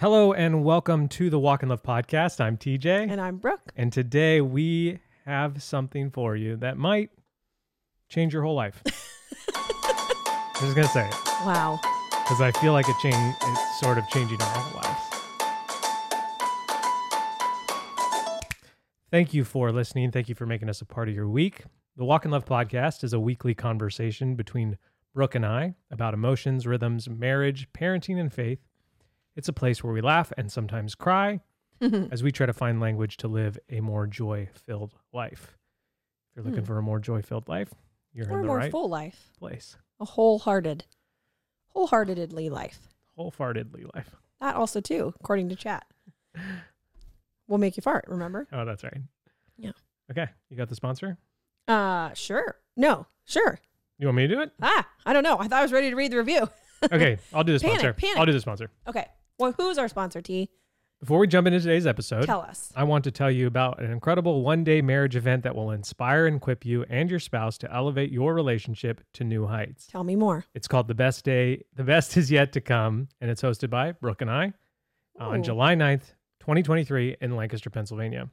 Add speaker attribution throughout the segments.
Speaker 1: Hello and welcome to the Walk and Love podcast. I'm TJ.
Speaker 2: And I'm Brooke.
Speaker 1: And today we have something for you that might change your whole life. I'm just gonna say it
Speaker 2: Wow.
Speaker 1: because I feel like it changed. It's sort of changing our whole lives. Thank you for listening. Thank you for making us a part of your week. The Walk and Love podcast is a weekly conversation between Brooke and I about emotions, rhythms, marriage, parenting, and faith. It's a place where we laugh and sometimes cry as we try to find language to live a more joy filled life. If you're looking for a more joy filled life, you're
Speaker 2: Hmm. Or
Speaker 1: in
Speaker 2: a
Speaker 1: the
Speaker 2: more
Speaker 1: right
Speaker 2: full life.
Speaker 1: place.
Speaker 2: A wholehearted, wholeheartedly life.
Speaker 1: Wholeheartedly life.
Speaker 2: That also too, according to chat. Will make you fart, remember?
Speaker 1: Oh, that's right.
Speaker 2: Yeah.
Speaker 1: Okay. You got the sponsor?
Speaker 2: Uh sure. No, sure.
Speaker 1: You want me to do it?
Speaker 2: Ah, I don't know. I thought I was ready to read the review.
Speaker 1: Okay. I'll do the
Speaker 2: Panic,
Speaker 1: sponsor.
Speaker 2: panic.
Speaker 1: I'll do the sponsor.
Speaker 2: Okay. Well, who's our sponsor, T?
Speaker 1: Before we jump into today's episode,
Speaker 2: Tell us.
Speaker 1: I want to tell you about an incredible one day marriage event that will inspire and equip you and your spouse to elevate your relationship to new heights.
Speaker 2: Tell me more.
Speaker 1: It's called The Best Day, The Best Is Yet to Come, and it's hosted by Brooke and I on
Speaker 2: Ooh.
Speaker 1: July 9th, 2023, in Lancaster, Pennsylvania.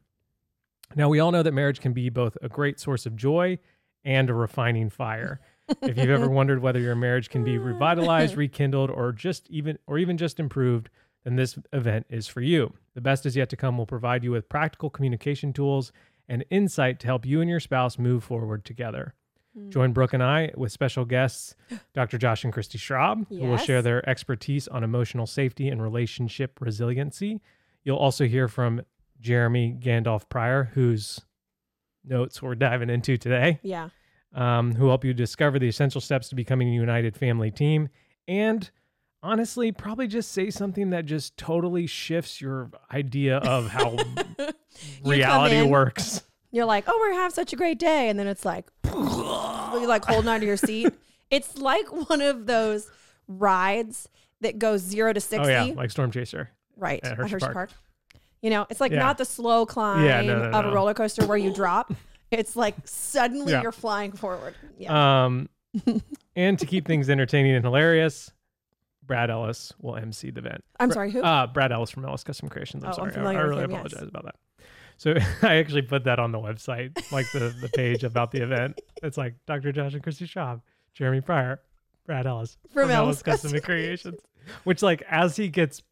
Speaker 1: Now, we all know that marriage can be both a great source of joy and a refining fire. if you've ever wondered whether your marriage can be revitalized, rekindled, or just even or even just improved, then this event is for you. The Best Is Yet to Come will provide you with practical communication tools and insight to help you and your spouse move forward together.
Speaker 2: Hmm.
Speaker 1: Join Brooke and I with special guests, Dr. Josh and Christy Schraub, who will
Speaker 2: Yes.
Speaker 1: share their expertise on emotional safety and relationship resiliency. You'll also hear from Jeremy Gandolf Pryor, whose notes we're diving into today,
Speaker 2: Yeah.
Speaker 1: um, who help you discover the essential steps to becoming a united family team. And honestly, probably just say something that just totally shifts your idea of how reality
Speaker 2: in-
Speaker 1: works.
Speaker 2: You're like, oh, we're have such a great day, and then it's like you're like holding onto your seat. It's like one of those rides that goes zero to
Speaker 1: Oh,
Speaker 2: sixty.
Speaker 1: yeah, like Storm Chaser.
Speaker 2: Right.
Speaker 1: At
Speaker 2: At
Speaker 1: Hershey
Speaker 2: Hershey
Speaker 1: Park.
Speaker 2: Park. You know, it's like
Speaker 1: Yeah.
Speaker 2: not the slow climb
Speaker 1: Yeah, no, no,
Speaker 2: of
Speaker 1: no.
Speaker 2: a roller coaster where you drop. It's like suddenly
Speaker 1: Yeah.
Speaker 2: you're flying forward. Yeah.
Speaker 1: Um, and to keep things entertaining and hilarious, Brad Ellis will MC the event.
Speaker 2: I'm sorry, who?
Speaker 1: Uh, Brad Ellis from Ellis Custom Creations. I'm
Speaker 2: Oh, I'm
Speaker 1: sorry. I- I,
Speaker 2: familiar with
Speaker 1: really
Speaker 2: him, yes.
Speaker 1: apologize about that. So I actually put that on the website, like the, the page about the event. It's like Dr. Josh and Christy Schaub, Jeremy Pryor, Brad Ellis
Speaker 2: From Ellis
Speaker 1: Custom
Speaker 2: Custom
Speaker 1: Creations. Which, like, as he gets,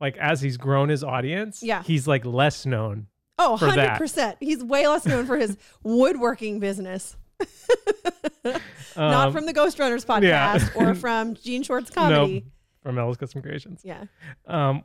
Speaker 1: like, as he's grown his audience,
Speaker 2: Yeah.
Speaker 1: he's like less known.
Speaker 2: oh,
Speaker 1: for that.
Speaker 2: 100%. He's way less known for his woodworking business. Not
Speaker 1: Um,
Speaker 2: from the Ghost Runners podcast
Speaker 1: yeah.
Speaker 2: or from Gene Short's
Speaker 1: no,
Speaker 2: comedy.
Speaker 1: from Ellis Custom Creations.
Speaker 2: Yeah.
Speaker 1: Um,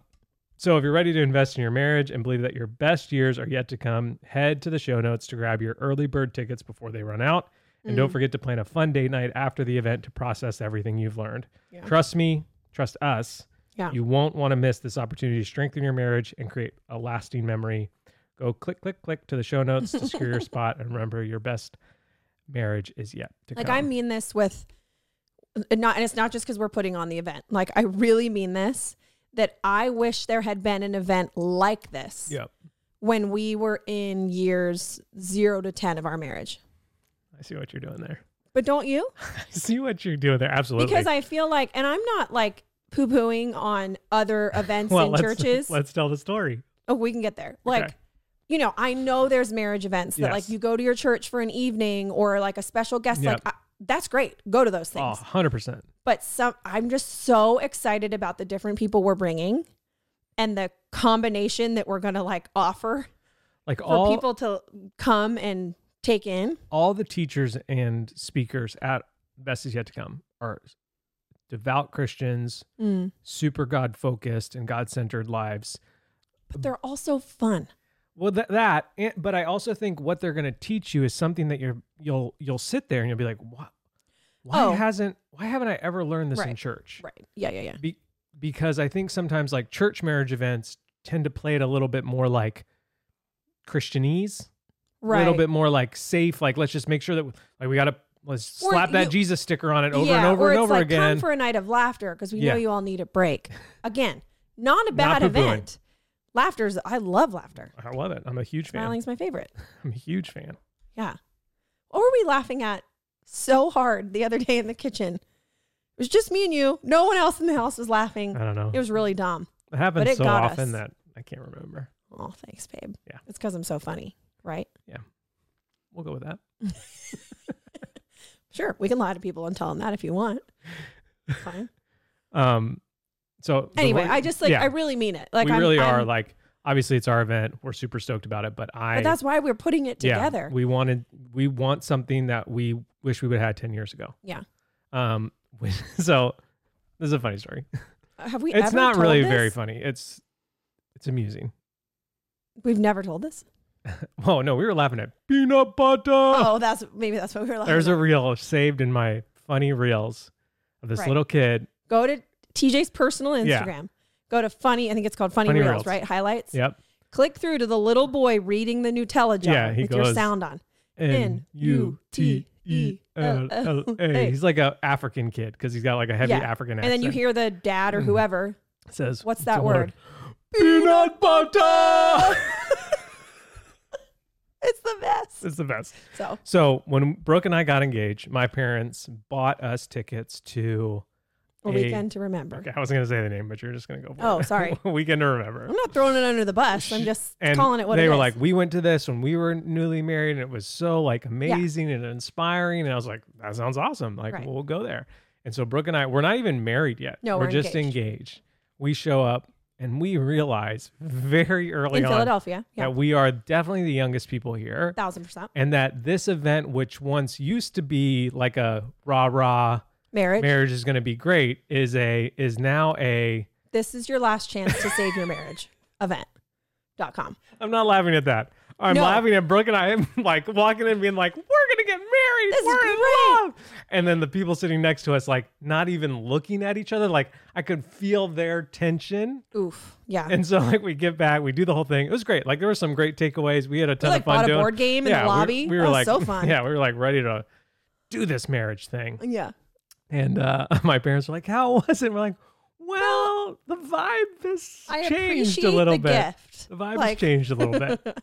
Speaker 1: so if you're ready to invest in your marriage and believe that your best years are yet to come, head to the show notes to grab your early bird tickets before they run out. And
Speaker 2: Mm.
Speaker 1: don't forget to plan a fun date night after the event to process everything you've learned.
Speaker 2: Yeah.
Speaker 1: Trust me, trust us.
Speaker 2: Yeah.
Speaker 1: You won't want to miss this opportunity to strengthen your marriage and create a lasting memory. Go click, click, click to the show notes to secure your spot and remember your best marriage is yet to
Speaker 2: Like
Speaker 1: come.
Speaker 2: I mean this with and not and it's not just because we're putting on the event. Like I really mean this that I wish there had been an event like this
Speaker 1: yeah,
Speaker 2: when we were in years zero to ten of our marriage.
Speaker 1: I see what you're doing there.
Speaker 2: But don't you?
Speaker 1: I see what you're doing there. Absolutely.
Speaker 2: Because I feel like, and I'm not like poo pooing on other events
Speaker 1: well,
Speaker 2: in
Speaker 1: let's,
Speaker 2: churches.
Speaker 1: Let's tell the story.
Speaker 2: Oh, we can get there. Like, you know, I know there's marriage events that
Speaker 1: Yes.
Speaker 2: like you go to your church for an evening or like a special guest.
Speaker 1: Yep.
Speaker 2: Like, I, that's great. Go to those
Speaker 1: Oh,
Speaker 2: things.
Speaker 1: 100%.
Speaker 2: But some, I'm just so excited about the different people we're bringing and the combination that we're going to like offer
Speaker 1: Like
Speaker 2: for
Speaker 1: all
Speaker 2: people to come and take in.
Speaker 1: all the teachers and speakers at Best is Yet to Come are devout Christians,
Speaker 2: Mm.
Speaker 1: super God focused and God centered lives.
Speaker 2: But they're also fun.
Speaker 1: Well, th- that, and, but I also think what they're going to teach you is something that you're you'll you'll sit there and you'll be like, what? Why
Speaker 2: Oh.
Speaker 1: hasn't why haven't I ever learned this in
Speaker 2: Right,
Speaker 1: church?
Speaker 2: Right. Yeah. Yeah. Yeah.
Speaker 1: Be- because I think sometimes like church marriage events tend to play it a little bit more like Christianese.
Speaker 2: Right.
Speaker 1: a little bit more like safe. Like let's just make sure that like we gotta let's
Speaker 2: Or
Speaker 1: slap that
Speaker 2: you-
Speaker 1: Jesus sticker on it over and
Speaker 2: Yeah,
Speaker 1: over
Speaker 2: or
Speaker 1: and
Speaker 2: it's
Speaker 1: over
Speaker 2: like,
Speaker 1: again.
Speaker 2: Come for a night of laughter because we
Speaker 1: Yeah.
Speaker 2: know you all need a break. Again, not a
Speaker 1: Not
Speaker 2: bad
Speaker 1: poo-pooing.
Speaker 2: event. Laughter's I love laughter.
Speaker 1: I love it. I'm a huge fan.
Speaker 2: Smiling's my favorite.
Speaker 1: I'm a huge fan.
Speaker 2: Yeah. What were we laughing at so hard the other day in the kitchen? Mm. It was just me and you. No one else in the house was laughing.
Speaker 1: I don't know.
Speaker 2: It was really dumb.
Speaker 1: It happens
Speaker 2: But it
Speaker 1: so
Speaker 2: got
Speaker 1: often
Speaker 2: us.
Speaker 1: that I can't remember.
Speaker 2: Oh, thanks, babe.
Speaker 1: Yeah.
Speaker 2: It's because I'm so funny, right?
Speaker 1: We'll go with that.
Speaker 2: Sure. We can lie to people and tell them that if you want. It's Fine.
Speaker 1: Um, so the
Speaker 2: anyway,
Speaker 1: one-
Speaker 2: I just like,
Speaker 1: yeah,
Speaker 2: I really mean it. Like,
Speaker 1: we
Speaker 2: I'm,
Speaker 1: really
Speaker 2: I'm-
Speaker 1: are like obviously it's our event. We're super stoked about it, but I
Speaker 2: but that's why we're putting it
Speaker 1: yeah,
Speaker 2: together.
Speaker 1: we wanted we want something that we wish we would have had ten years ago.
Speaker 2: Yeah.
Speaker 1: Um. So this is a funny story.
Speaker 2: Have we
Speaker 1: it's
Speaker 2: ever
Speaker 1: not
Speaker 2: told
Speaker 1: really
Speaker 2: this?
Speaker 1: very funny. It's it's amusing.
Speaker 2: We've never told this.
Speaker 1: Oh no, we were laughing at peanut butter.
Speaker 2: Oh, that's maybe that's what we were like.
Speaker 1: There's a reel saved in my funny reels of this
Speaker 2: Right.
Speaker 1: little kid.
Speaker 2: Go to TJ's personal Instagram.
Speaker 1: Yeah.
Speaker 2: Go to funny, I think it's called Funny,
Speaker 1: Funny
Speaker 2: Reels,
Speaker 1: Reels.
Speaker 2: right? Highlights.
Speaker 1: Yep.
Speaker 2: Click through to the little boy reading the Nutella jar
Speaker 1: Yeah, he
Speaker 2: with
Speaker 1: goes,
Speaker 2: your sound on. N U T E L L
Speaker 1: N-U-T-E-L-L-A.
Speaker 2: A.
Speaker 1: He's like a African kid because he's got like a heavy
Speaker 2: Yeah.
Speaker 1: African
Speaker 2: And
Speaker 1: accent.
Speaker 2: then you hear the dad
Speaker 1: Mm-hmm.
Speaker 2: or whoever.
Speaker 1: says,
Speaker 2: what's
Speaker 1: "It's
Speaker 2: that
Speaker 1: a
Speaker 2: word?"
Speaker 1: Peanut butter.
Speaker 2: It's the best.
Speaker 1: it's the best.
Speaker 2: So
Speaker 1: So when Brooke and I got engaged, my parents bought us tickets to.
Speaker 2: a
Speaker 1: a-
Speaker 2: weekend to remember.
Speaker 1: Okay, I wasn't gonna say the name, but you're just gonna go. For
Speaker 2: Oh,
Speaker 1: it.
Speaker 2: sorry.
Speaker 1: weekend to remember.
Speaker 2: I'm not throwing it under the bus. I'm just
Speaker 1: and
Speaker 2: calling it what
Speaker 1: they
Speaker 2: it
Speaker 1: were
Speaker 2: is.
Speaker 1: like we went to this when we were newly married and it was so like amazing and inspiring and i was like that sounds awesome like
Speaker 2: Right.
Speaker 1: well, we'll go there and so brooke and i we're not even married yet
Speaker 2: No,
Speaker 1: we're,
Speaker 2: we're
Speaker 1: just engaged.
Speaker 2: engaged.
Speaker 1: we show up and we realize very early
Speaker 2: in
Speaker 1: on
Speaker 2: Philadelphia. Yeah,
Speaker 1: that we are definitely the youngest people here
Speaker 2: thousand percent
Speaker 1: and that this event which once used to be like a rah rah
Speaker 2: marriage.
Speaker 1: marriage is going to be great is a is now a
Speaker 2: This is your last chance to save your marriage. Event.com.
Speaker 1: I'm not laughing at that. I'm
Speaker 2: No.
Speaker 1: laughing at Brooke and I am like walking in being like, we're gonna get married.
Speaker 2: This is
Speaker 1: we're in
Speaker 2: great."
Speaker 1: love. And then the people sitting next to us, like not even looking at each other, like I could feel their tension.
Speaker 2: Oof. Yeah.
Speaker 1: And so like we get back, we do the whole thing. It was great. Like there were some great takeaways. We had a
Speaker 2: we
Speaker 1: ton
Speaker 2: like
Speaker 1: of fun
Speaker 2: bought a
Speaker 1: doing.
Speaker 2: board game in
Speaker 1: yeah,
Speaker 2: the
Speaker 1: we-
Speaker 2: lobby.
Speaker 1: We, were
Speaker 2: that was
Speaker 1: like
Speaker 2: so fun.
Speaker 1: Yeah, we were like ready to do this marriage thing.
Speaker 2: Yeah.
Speaker 1: And uh my parents were like, How was it? And we're like, Well, the vibe has
Speaker 2: I
Speaker 1: changed
Speaker 2: appreciate
Speaker 1: a little
Speaker 2: the
Speaker 1: bit.
Speaker 2: gift.
Speaker 1: The vibe
Speaker 2: Like-
Speaker 1: has changed a little bit.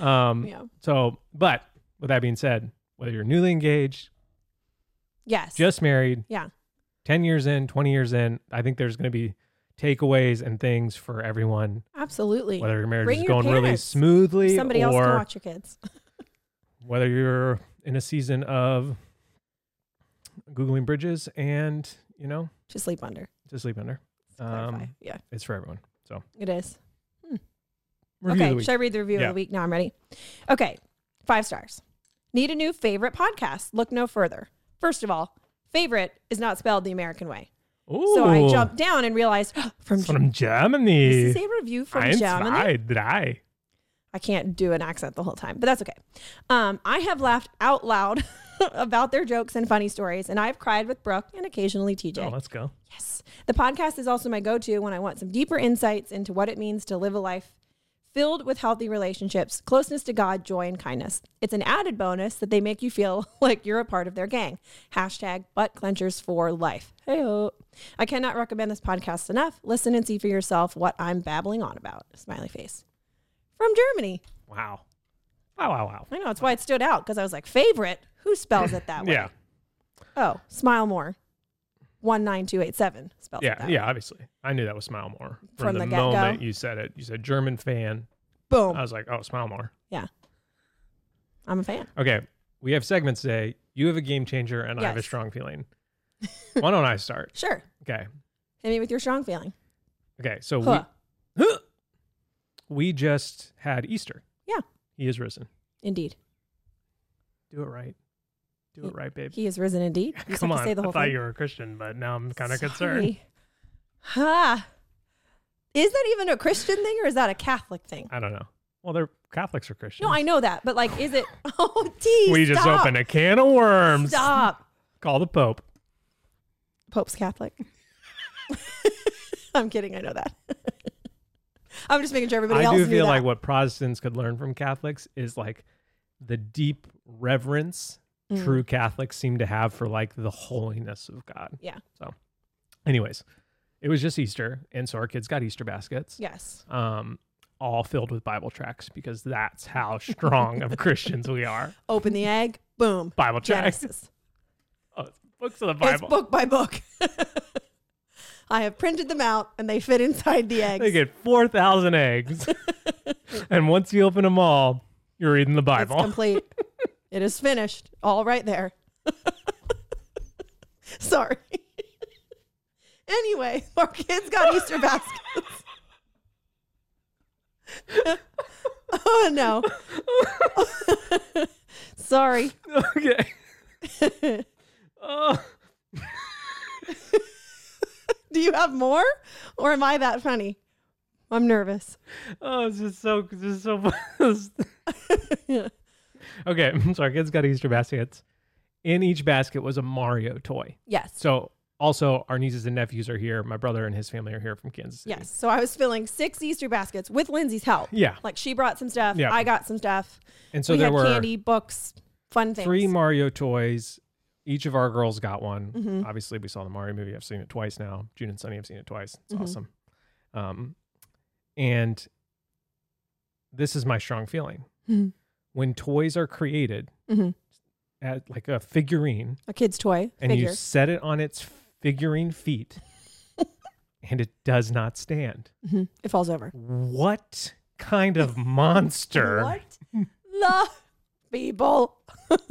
Speaker 1: Um,
Speaker 2: Yeah.
Speaker 1: So, but with that being said, whether you're newly engaged,
Speaker 2: Yes.
Speaker 1: just married,
Speaker 2: yeah.
Speaker 1: 10 years in, 20 years in, I think there's going to be takeaways and things for everyone,
Speaker 2: Absolutely.
Speaker 1: whether your marriage
Speaker 2: Bring
Speaker 1: is
Speaker 2: your
Speaker 1: going really
Speaker 2: parents.
Speaker 1: smoothly
Speaker 2: Somebody else can
Speaker 1: or
Speaker 2: watch your kids.
Speaker 1: whether you're in a season of Googling bridges and, you know,
Speaker 2: To sleep under.
Speaker 1: to sleep under.
Speaker 2: Clarify.
Speaker 1: Um,
Speaker 2: yeah,
Speaker 1: it's for everyone. So,
Speaker 2: it is.
Speaker 1: review
Speaker 2: okay,
Speaker 1: the week.
Speaker 2: should I read the review of
Speaker 1: Yeah.
Speaker 2: the week? Now I'm ready. Okay, five stars. Need a new favorite podcast? Look no further. First of all, favorite is not spelled the American way.
Speaker 1: Ooh,
Speaker 2: So I jumped down and realized from
Speaker 1: it's
Speaker 2: Germany.
Speaker 1: from Germany.
Speaker 2: This is a review from
Speaker 1: Eins,
Speaker 2: Germany.
Speaker 1: zwei, drei.
Speaker 2: I can't do an accent the whole time, but that's okay. Um, I have laughed out loud about their jokes and funny stories, and I've cried with Brooke and occasionally TJ.
Speaker 1: Oh, let's go.
Speaker 2: Yes. The podcast is also my go to when I want some deeper insights into what it means to live a life filled with healthy relationships, closeness to God, joy, and kindness. It's an added bonus that they make you feel like you're a part of their gang. Hashtag butt clenchers for life. Hey, I cannot recommend this podcast enough. Listen and see for yourself what I'm babbling on about. Smiley face. From Germany.
Speaker 1: Wow. Wow, wow, wow.
Speaker 2: I know, that's why it stood out because I was like, favorite? Who spells it that way?
Speaker 1: Yeah.
Speaker 2: Oh, smile more. 19287 spells it
Speaker 1: Yeah.
Speaker 2: that way.
Speaker 1: Yeah. Obviously. I knew that was Smile More. From,
Speaker 2: From
Speaker 1: the,
Speaker 2: the get-go.
Speaker 1: moment you said it, you said German fan.
Speaker 2: Boom.
Speaker 1: I was like, oh, Smile More.
Speaker 2: I'm a fan.
Speaker 1: Okay. We have segments today. You have a game changer, and I have a
Speaker 2: Yes.
Speaker 1: strong feeling. Why don't I start?
Speaker 2: Sure.
Speaker 1: Okay.
Speaker 2: Hit me with your strong feeling.
Speaker 1: Okay. So
Speaker 2: Huh.
Speaker 1: we, we just had Easter.
Speaker 2: Yeah.
Speaker 1: He is risen.
Speaker 2: Indeed.
Speaker 1: Do it right. Do it right, babe.
Speaker 2: He is risen indeed. You just
Speaker 1: Come
Speaker 2: have
Speaker 1: on.
Speaker 2: to say the
Speaker 1: I
Speaker 2: whole
Speaker 1: thought
Speaker 2: thing.
Speaker 1: you were a Christian, but now I'm kind of concerned.
Speaker 2: Sorry. Ha. Is that even a Christian thing or is that a Catholic thing?
Speaker 1: I don't know. Well, they're Catholics are Christians.
Speaker 2: No, I know that, but like, is it? Oh, D.
Speaker 1: we just
Speaker 2: stop.
Speaker 1: opened a can of worms.
Speaker 2: Stop.
Speaker 1: Call the Pope.
Speaker 2: Pope's Catholic. I'm kidding. I know that. I'm just making sure everybody
Speaker 1: I
Speaker 2: else
Speaker 1: do
Speaker 2: knew
Speaker 1: feel
Speaker 2: that.
Speaker 1: like what Protestants could learn from Catholics is like the deep reverence
Speaker 2: Mm.
Speaker 1: true Catholics seem to have for like the holiness of God.
Speaker 2: Yeah.
Speaker 1: So, anyways, it was just Easter, and so our kids got Easter baskets,
Speaker 2: yes.
Speaker 1: um, all filled with Bible tracts because that's how strong of Christians we are.
Speaker 2: Open the egg. Boom.
Speaker 1: Bible tracts,
Speaker 2: Genesis.
Speaker 1: oh, it's books of the
Speaker 2: It's
Speaker 1: Bible.
Speaker 2: book by book. I have printed them out and they fit inside the eggs.
Speaker 1: They get 4,000 eggs. and once you open them all, you're reading the
Speaker 2: it's
Speaker 1: Bible.
Speaker 2: complete. it is finished. All right there. Sorry. anyway, our kids got Easter baskets. oh no. Sorry.
Speaker 1: okay. oh,
Speaker 2: Do you have more? Or am I that funny? I'm nervous.
Speaker 1: oh, it's just so, it's just so. okay, so our kids got Easter baskets. In each basket was a Mario toy.
Speaker 2: Yes.
Speaker 1: So also, our nieces and nephews are here. My brother and his family are here from Kansas City.
Speaker 2: Yes. So I was filling six Easter baskets with Lindsay's help.
Speaker 1: Yeah.
Speaker 2: Like she brought some stuff.
Speaker 1: Yeah.
Speaker 2: I got some stuff.
Speaker 1: And so
Speaker 2: we
Speaker 1: there
Speaker 2: had
Speaker 1: were
Speaker 2: candy, books, fun things.
Speaker 1: three Mario toys. Each of our girls got one.
Speaker 2: Mm-hmm.
Speaker 1: Obviously, we saw the Mario movie. I've seen it twice now. June and Sunny have seen it twice. It's
Speaker 2: Mhm.
Speaker 1: awesome. Um, and this is my strong feeling
Speaker 2: Mhm.
Speaker 1: when toys are created
Speaker 2: Mhm.
Speaker 1: at like a figurine
Speaker 2: a kid's toy
Speaker 1: and
Speaker 2: figure.
Speaker 1: you set it on its figurine feet and it does not stand.
Speaker 2: Mhm. It falls over.
Speaker 1: What kind of monster
Speaker 2: What the people?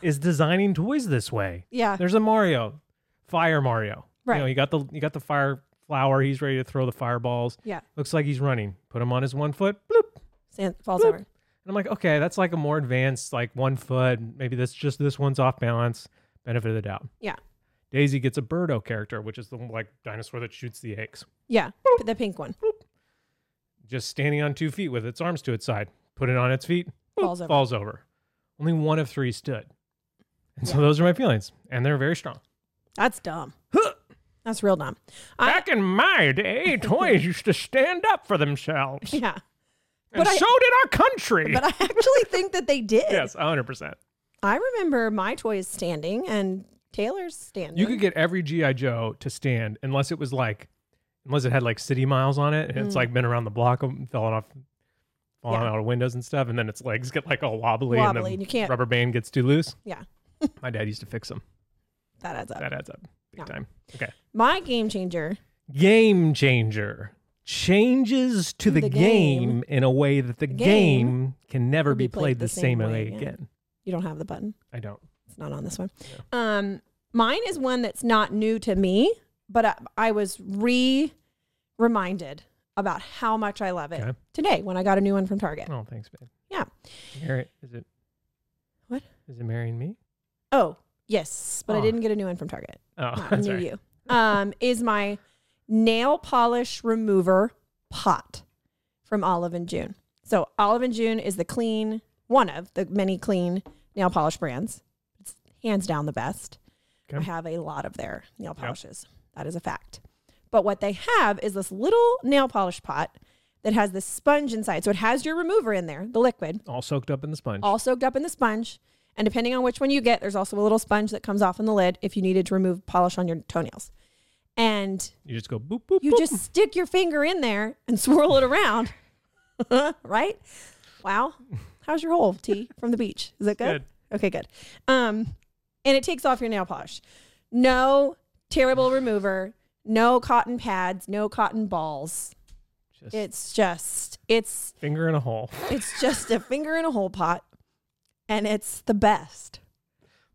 Speaker 1: is designing toys this way?
Speaker 2: yeah.
Speaker 1: There's a Mario, Fire Mario. You know,
Speaker 2: Right.
Speaker 1: you got the you got the fire flower. He's ready to throw the fireballs.
Speaker 2: Yeah.
Speaker 1: Looks like he's running. Put him on his one foot. Bloop.
Speaker 2: Sand falls
Speaker 1: Bloop.
Speaker 2: over.
Speaker 1: And I'm like, okay, that's like a more advanced, like one foot. Maybe that's just this one's off balance. Benefit of the doubt.
Speaker 2: Yeah.
Speaker 1: Daisy gets a Birdo character, which is the like dinosaur that shoots the eggs.
Speaker 2: Yeah. P- The pink one
Speaker 1: Just standing on two feet with its arms to its side. Put it on its feet. Bloop.
Speaker 2: falls over.
Speaker 1: Falls over. Only one of three stood. And so those are my feelings, and they're very strong.
Speaker 2: That's dumb.
Speaker 1: Huh.
Speaker 2: That's real dumb. I,
Speaker 1: Back in my day, toys used to stand up for themselves.
Speaker 2: yeah.
Speaker 1: And
Speaker 2: But I-
Speaker 1: so did our country.
Speaker 2: But I actually think that they did.
Speaker 1: yes, 100%.
Speaker 2: I remember my toys standing and Taylor's standing.
Speaker 1: You could get every G.I. Joe to stand unless it was like, unless it had like city miles on it and it's like been around the block, um, falling off, falling
Speaker 2: Mm. Yeah.
Speaker 1: out of windows and stuff. And then its legs get like all wobbly, and the
Speaker 2: Wobbly, and you can't-
Speaker 1: rubber band gets too loose.
Speaker 2: Yeah.
Speaker 1: My dad used to fix them.
Speaker 2: that adds up.
Speaker 1: That adds up big
Speaker 2: Yeah.
Speaker 1: time. Okay.
Speaker 2: My game changer.
Speaker 1: Game changer changes to the,
Speaker 2: The
Speaker 1: game,
Speaker 2: game.
Speaker 1: in a way that the game,
Speaker 2: game
Speaker 1: can never be played, the same, way,
Speaker 2: again.
Speaker 1: again.
Speaker 2: You don't have the button.
Speaker 1: I don't.
Speaker 2: It's not on this one. Um, mine is one that's not new to me, but I, I was re reminded about how much I love it
Speaker 1: Okay.
Speaker 2: today when I got a new one from Target.
Speaker 1: Oh, thanks, babe.
Speaker 2: Yeah.
Speaker 1: Mary, is it?
Speaker 2: What?
Speaker 1: Is it marrying me?
Speaker 2: Oh, yes, but
Speaker 1: Oh.
Speaker 2: I didn't get a new one from Target.
Speaker 1: Oh,
Speaker 2: Not
Speaker 1: that's
Speaker 2: new
Speaker 1: right.
Speaker 2: you. Um, is my nail polish remover pot from Olive and June. So Olive and June is the clean one of the many clean nail polish brands. It's hands down the best.
Speaker 1: Okay.
Speaker 2: I have a lot of their nail polishes. That is a fact. But what they have is this little nail polish pot that has this sponge inside. So it has your remover in there, the liquid,
Speaker 1: All soaked up in the sponge.
Speaker 2: all soaked up in the sponge. And depending on which one you get, there's also a little sponge that comes off in the lid if you needed to remove polish on your toenails. And
Speaker 1: you just go boop boop.
Speaker 2: you
Speaker 1: boop.
Speaker 2: just stick your finger in there and swirl it around. right? Wow. How's your hole, T, from the beach? Is that good? Okay, good. Um, and it takes off your nail polish. No terrible remover, no cotton pads, no cotton balls.
Speaker 1: Just
Speaker 2: It's just it's
Speaker 1: finger in a hole.
Speaker 2: it's just a finger in a hole pot and it's the best.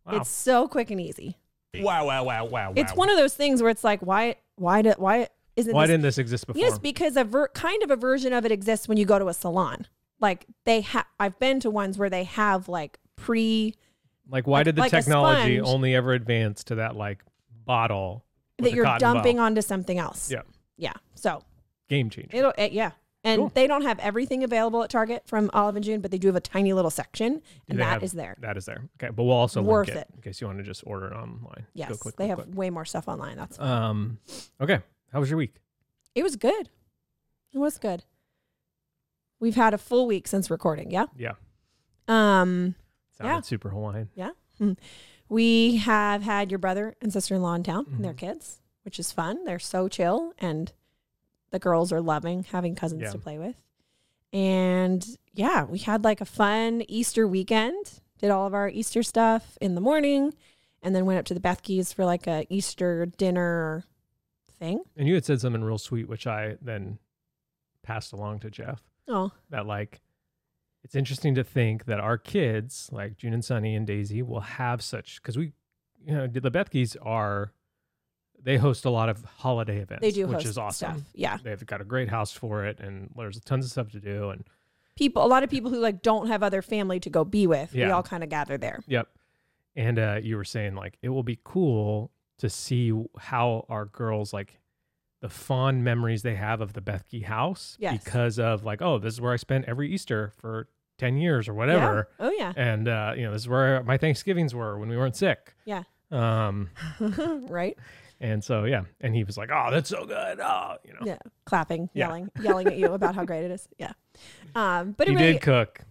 Speaker 1: Wow.
Speaker 2: It's so quick and easy.
Speaker 1: wow wow wow wow.
Speaker 2: It's one of those things where it's like why why do, why isn't
Speaker 1: Why
Speaker 2: this
Speaker 1: didn't this exist before?
Speaker 2: Yes, because a ver- kind of a version of it exists when you go to a salon. Like they have, I've been to ones where they have like pre
Speaker 1: like why did the
Speaker 2: like a
Speaker 1: technology
Speaker 2: sponge.
Speaker 1: only ever advance to that like bottle with
Speaker 2: that
Speaker 1: a
Speaker 2: you're
Speaker 1: cotton
Speaker 2: dumping
Speaker 1: ball?
Speaker 2: onto something else.
Speaker 1: Yeah.
Speaker 2: Yeah. So
Speaker 1: Game changer.
Speaker 2: it'll, it, yeah. And
Speaker 1: Cool.
Speaker 2: they don't have everything available at Target from Olive and June, but they do have a tiny little section,
Speaker 1: they
Speaker 2: and that
Speaker 1: have-
Speaker 2: is there.
Speaker 1: That is there. Okay, but we'll also
Speaker 2: Worth
Speaker 1: link it,
Speaker 2: it.
Speaker 1: in case you want to just order it online.
Speaker 2: Yes,
Speaker 1: Go quick,
Speaker 2: they
Speaker 1: quick,
Speaker 2: have
Speaker 1: quick.
Speaker 2: way more stuff online. That's
Speaker 1: Um. Okay. How was your week?
Speaker 2: it was good. It was good. We've had a full week since recording. Yeah.
Speaker 1: Yeah.
Speaker 2: Um.
Speaker 1: Sounded
Speaker 2: Yeah.
Speaker 1: super Hawaiian.
Speaker 2: We have had your brother and sister in law in town and their
Speaker 1: Mm-hmm.
Speaker 2: kids, which is fun. They're so chill, and the girls are loving having cousins
Speaker 1: Yeah.
Speaker 2: to play with. And yeah, we had like a fun Easter weekend. Did all of our Easter stuff in the morning, and then went up to the Bethkeys for like a Easter dinner thing.
Speaker 1: And you had said something real sweet, which I then passed along to Jeff
Speaker 2: Oh,
Speaker 1: that, like, it's interesting to think that our kids, like June and Sunny and Daisy, will have such because we, you know, the Bethkeys are, they host a lot of holiday events,
Speaker 2: they do
Speaker 1: which
Speaker 2: host
Speaker 1: is awesome.
Speaker 2: stuff. Yeah,
Speaker 1: They've got a great house for it, and there's tons of stuff to do. And
Speaker 2: people. A lot of people who like don't have other family to go be with. We
Speaker 1: Yeah.
Speaker 2: all kind of gather there.
Speaker 1: Yep. And uh, you were saying like it will be cool to see w- how our girls like the fond memories they have of the Bethke house
Speaker 2: Yes.
Speaker 1: because of like oh this is where I spent every Easter for ten years or whatever,
Speaker 2: Yeah. Oh yeah.
Speaker 1: and uh, you know this is where my Thanksgivings were when we weren't sick.
Speaker 2: Yeah.
Speaker 1: Um.
Speaker 2: right.
Speaker 1: And so yeah, and he was like oh that's so good oh you know
Speaker 2: Yeah. Clapping,
Speaker 1: Yeah.
Speaker 2: yelling, yelling at you about how great it is. Yeah. Um. But
Speaker 1: he
Speaker 2: it really,
Speaker 1: did cook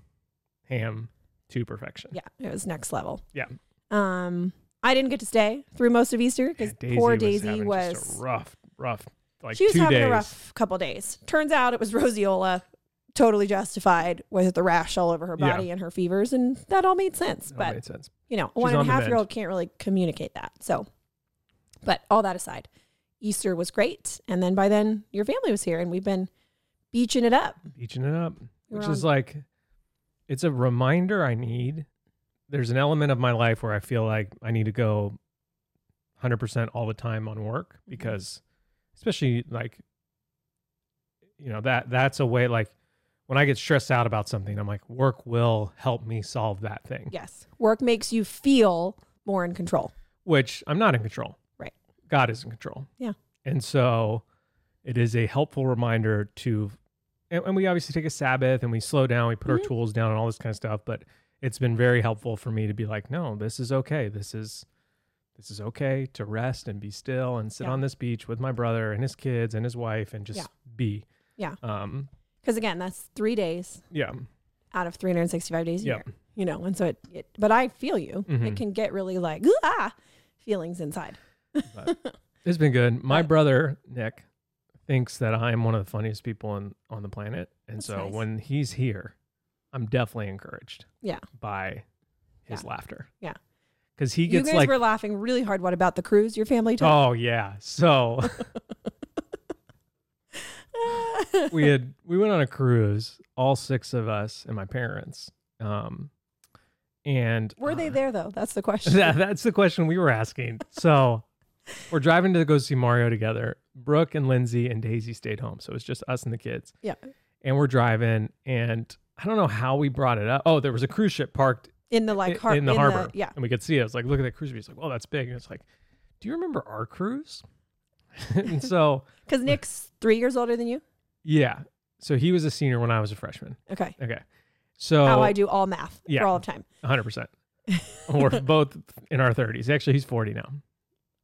Speaker 1: ham to perfection.
Speaker 2: Yeah, it was next level.
Speaker 1: Yeah.
Speaker 2: Um, I didn't get to stay through most of Easter because
Speaker 1: And Daisy
Speaker 2: poor
Speaker 1: was
Speaker 2: Daisy
Speaker 1: having
Speaker 2: was,
Speaker 1: just a rough rough like
Speaker 2: she was
Speaker 1: two
Speaker 2: having
Speaker 1: days.
Speaker 2: a rough couple days. Turns out it was roseola, totally justified with the rash all over her
Speaker 1: Yeah.
Speaker 2: body and her fevers, and that all made sense.
Speaker 1: That
Speaker 2: but
Speaker 1: made sense.
Speaker 2: you know, a
Speaker 1: She's
Speaker 2: one and a
Speaker 1: on the
Speaker 2: half year old can't really communicate that. So, but all that aside, Easter was great, and then by then your family was here, and we've been beaching it up.
Speaker 1: Eating it up,
Speaker 2: We're
Speaker 1: which is like, it's a reminder I need. There's an element of my life where I feel like I need to go 100% all the time on work
Speaker 2: Mhm.
Speaker 1: because, especially like, you know, that that's a way, like, when I get stressed out about something, I'm like, work will help me solve that thing,
Speaker 2: Yes, work makes you feel more in control.
Speaker 1: which I'm not in control.
Speaker 2: Right.
Speaker 1: God is in control.
Speaker 2: Yeah.
Speaker 1: And so it is a helpful reminder to and, and we obviously take a Sabbath and we slow down, we put
Speaker 2: Mhm.
Speaker 1: our tools down and all this kind of stuff. But it's been very helpful for me to be like, no, this is okay. This is this is okay to rest and be still and sit
Speaker 2: Yeah.
Speaker 1: on this beach with my brother and his kids and his wife and just
Speaker 2: Yeah.
Speaker 1: be.
Speaker 2: Yeah.
Speaker 1: Um.
Speaker 2: Because again, that's three days
Speaker 1: Yeah.
Speaker 2: out of 365 days a
Speaker 1: Yep.
Speaker 2: year. You know, and so it, it but I feel you. It
Speaker 1: Mhm.
Speaker 2: can get really like, ah, feelings inside.
Speaker 1: It's been good. My
Speaker 2: But-
Speaker 1: brother, Nick, thinks that I'm one of the funniest people on, on the planet. And
Speaker 2: That's
Speaker 1: so
Speaker 2: nice.
Speaker 1: when he's here, I'm definitely encouraged.
Speaker 2: Yeah.
Speaker 1: By his laughter.
Speaker 2: Yeah.
Speaker 1: Cause he
Speaker 2: You
Speaker 1: gets
Speaker 2: guys
Speaker 1: like
Speaker 2: were laughing really hard. What about the cruise your family took?
Speaker 1: Oh yeah. So we had we went on a cruise, all six of us and my parents. Um and
Speaker 2: Were they
Speaker 1: uh,
Speaker 2: there though? That's the question.
Speaker 1: that, that's the question we were asking. So we're driving to go see Mario together. Brooke and Lindsay and Daisy stayed home. So it's just us and the kids.
Speaker 2: Yeah.
Speaker 1: And we're driving and I don't know how we brought it up. Oh, there was a cruise ship parked
Speaker 2: in the
Speaker 1: i-
Speaker 2: like har-
Speaker 1: in the harbor.
Speaker 2: yeah.
Speaker 1: And we could see it. I was like, look at that cruise ship. It's like, oh, that's big. And it's like, do you remember our cruise? and so,
Speaker 2: Because Nick's three years older than you.
Speaker 1: yeah. So he was a senior when I was a freshman.
Speaker 2: Okay.
Speaker 1: Okay. So
Speaker 2: How I do all math
Speaker 1: Yeah.
Speaker 2: for all of time.
Speaker 1: hundred percent. We're both in our thirties. Actually, he's forty now.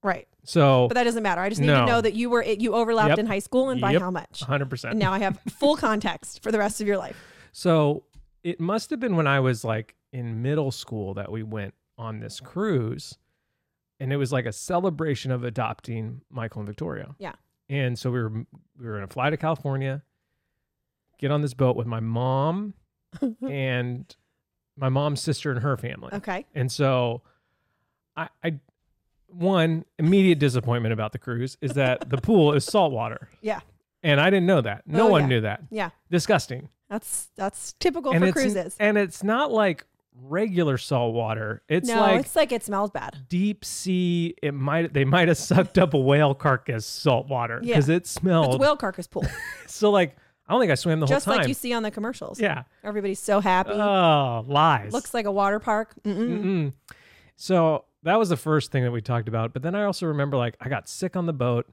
Speaker 2: Right.
Speaker 1: So
Speaker 2: But that doesn't matter. I just need to
Speaker 1: No.
Speaker 2: know that you were you overlapped
Speaker 1: Yep.
Speaker 2: in high school and by
Speaker 1: Yep.
Speaker 2: how much.
Speaker 1: hundred percent.
Speaker 2: And now I have full context for the rest of your life.
Speaker 1: So it must have been when I was like in middle school that we went on this cruise. And it was like a celebration of adopting Michael and Victoria.
Speaker 2: Yeah.
Speaker 1: And so we were we were gonna fly to California, get on this boat with my mom and my mom's sister and her family.
Speaker 2: Okay.
Speaker 1: And so I I one immediate disappointment about the cruise is that the pool is salt water.
Speaker 2: Yeah.
Speaker 1: And I didn't know that. No
Speaker 2: Oh,
Speaker 1: one
Speaker 2: yeah.
Speaker 1: knew that.
Speaker 2: Yeah.
Speaker 1: Disgusting
Speaker 2: That's that's typical
Speaker 1: and
Speaker 2: for
Speaker 1: it's,
Speaker 2: cruises.
Speaker 1: And it's not like regular salt water. It's
Speaker 2: no,
Speaker 1: like
Speaker 2: it's like it smells bad.
Speaker 1: deep sea. It might they might have sucked up a whale carcass salt water
Speaker 2: Yeah.
Speaker 1: because it smelled
Speaker 2: It's whale carcass pool,
Speaker 1: so like I don't think I swam the
Speaker 2: just
Speaker 1: whole
Speaker 2: like
Speaker 1: time.
Speaker 2: you see on the commercials.
Speaker 1: yeah.
Speaker 2: Everybody's so happy.
Speaker 1: Oh, lies.
Speaker 2: Looks mm. like a water park. Mm-mm.
Speaker 1: Mm-mm. So that was the first thing that we talked about. But then I also remember like I got sick on the boat.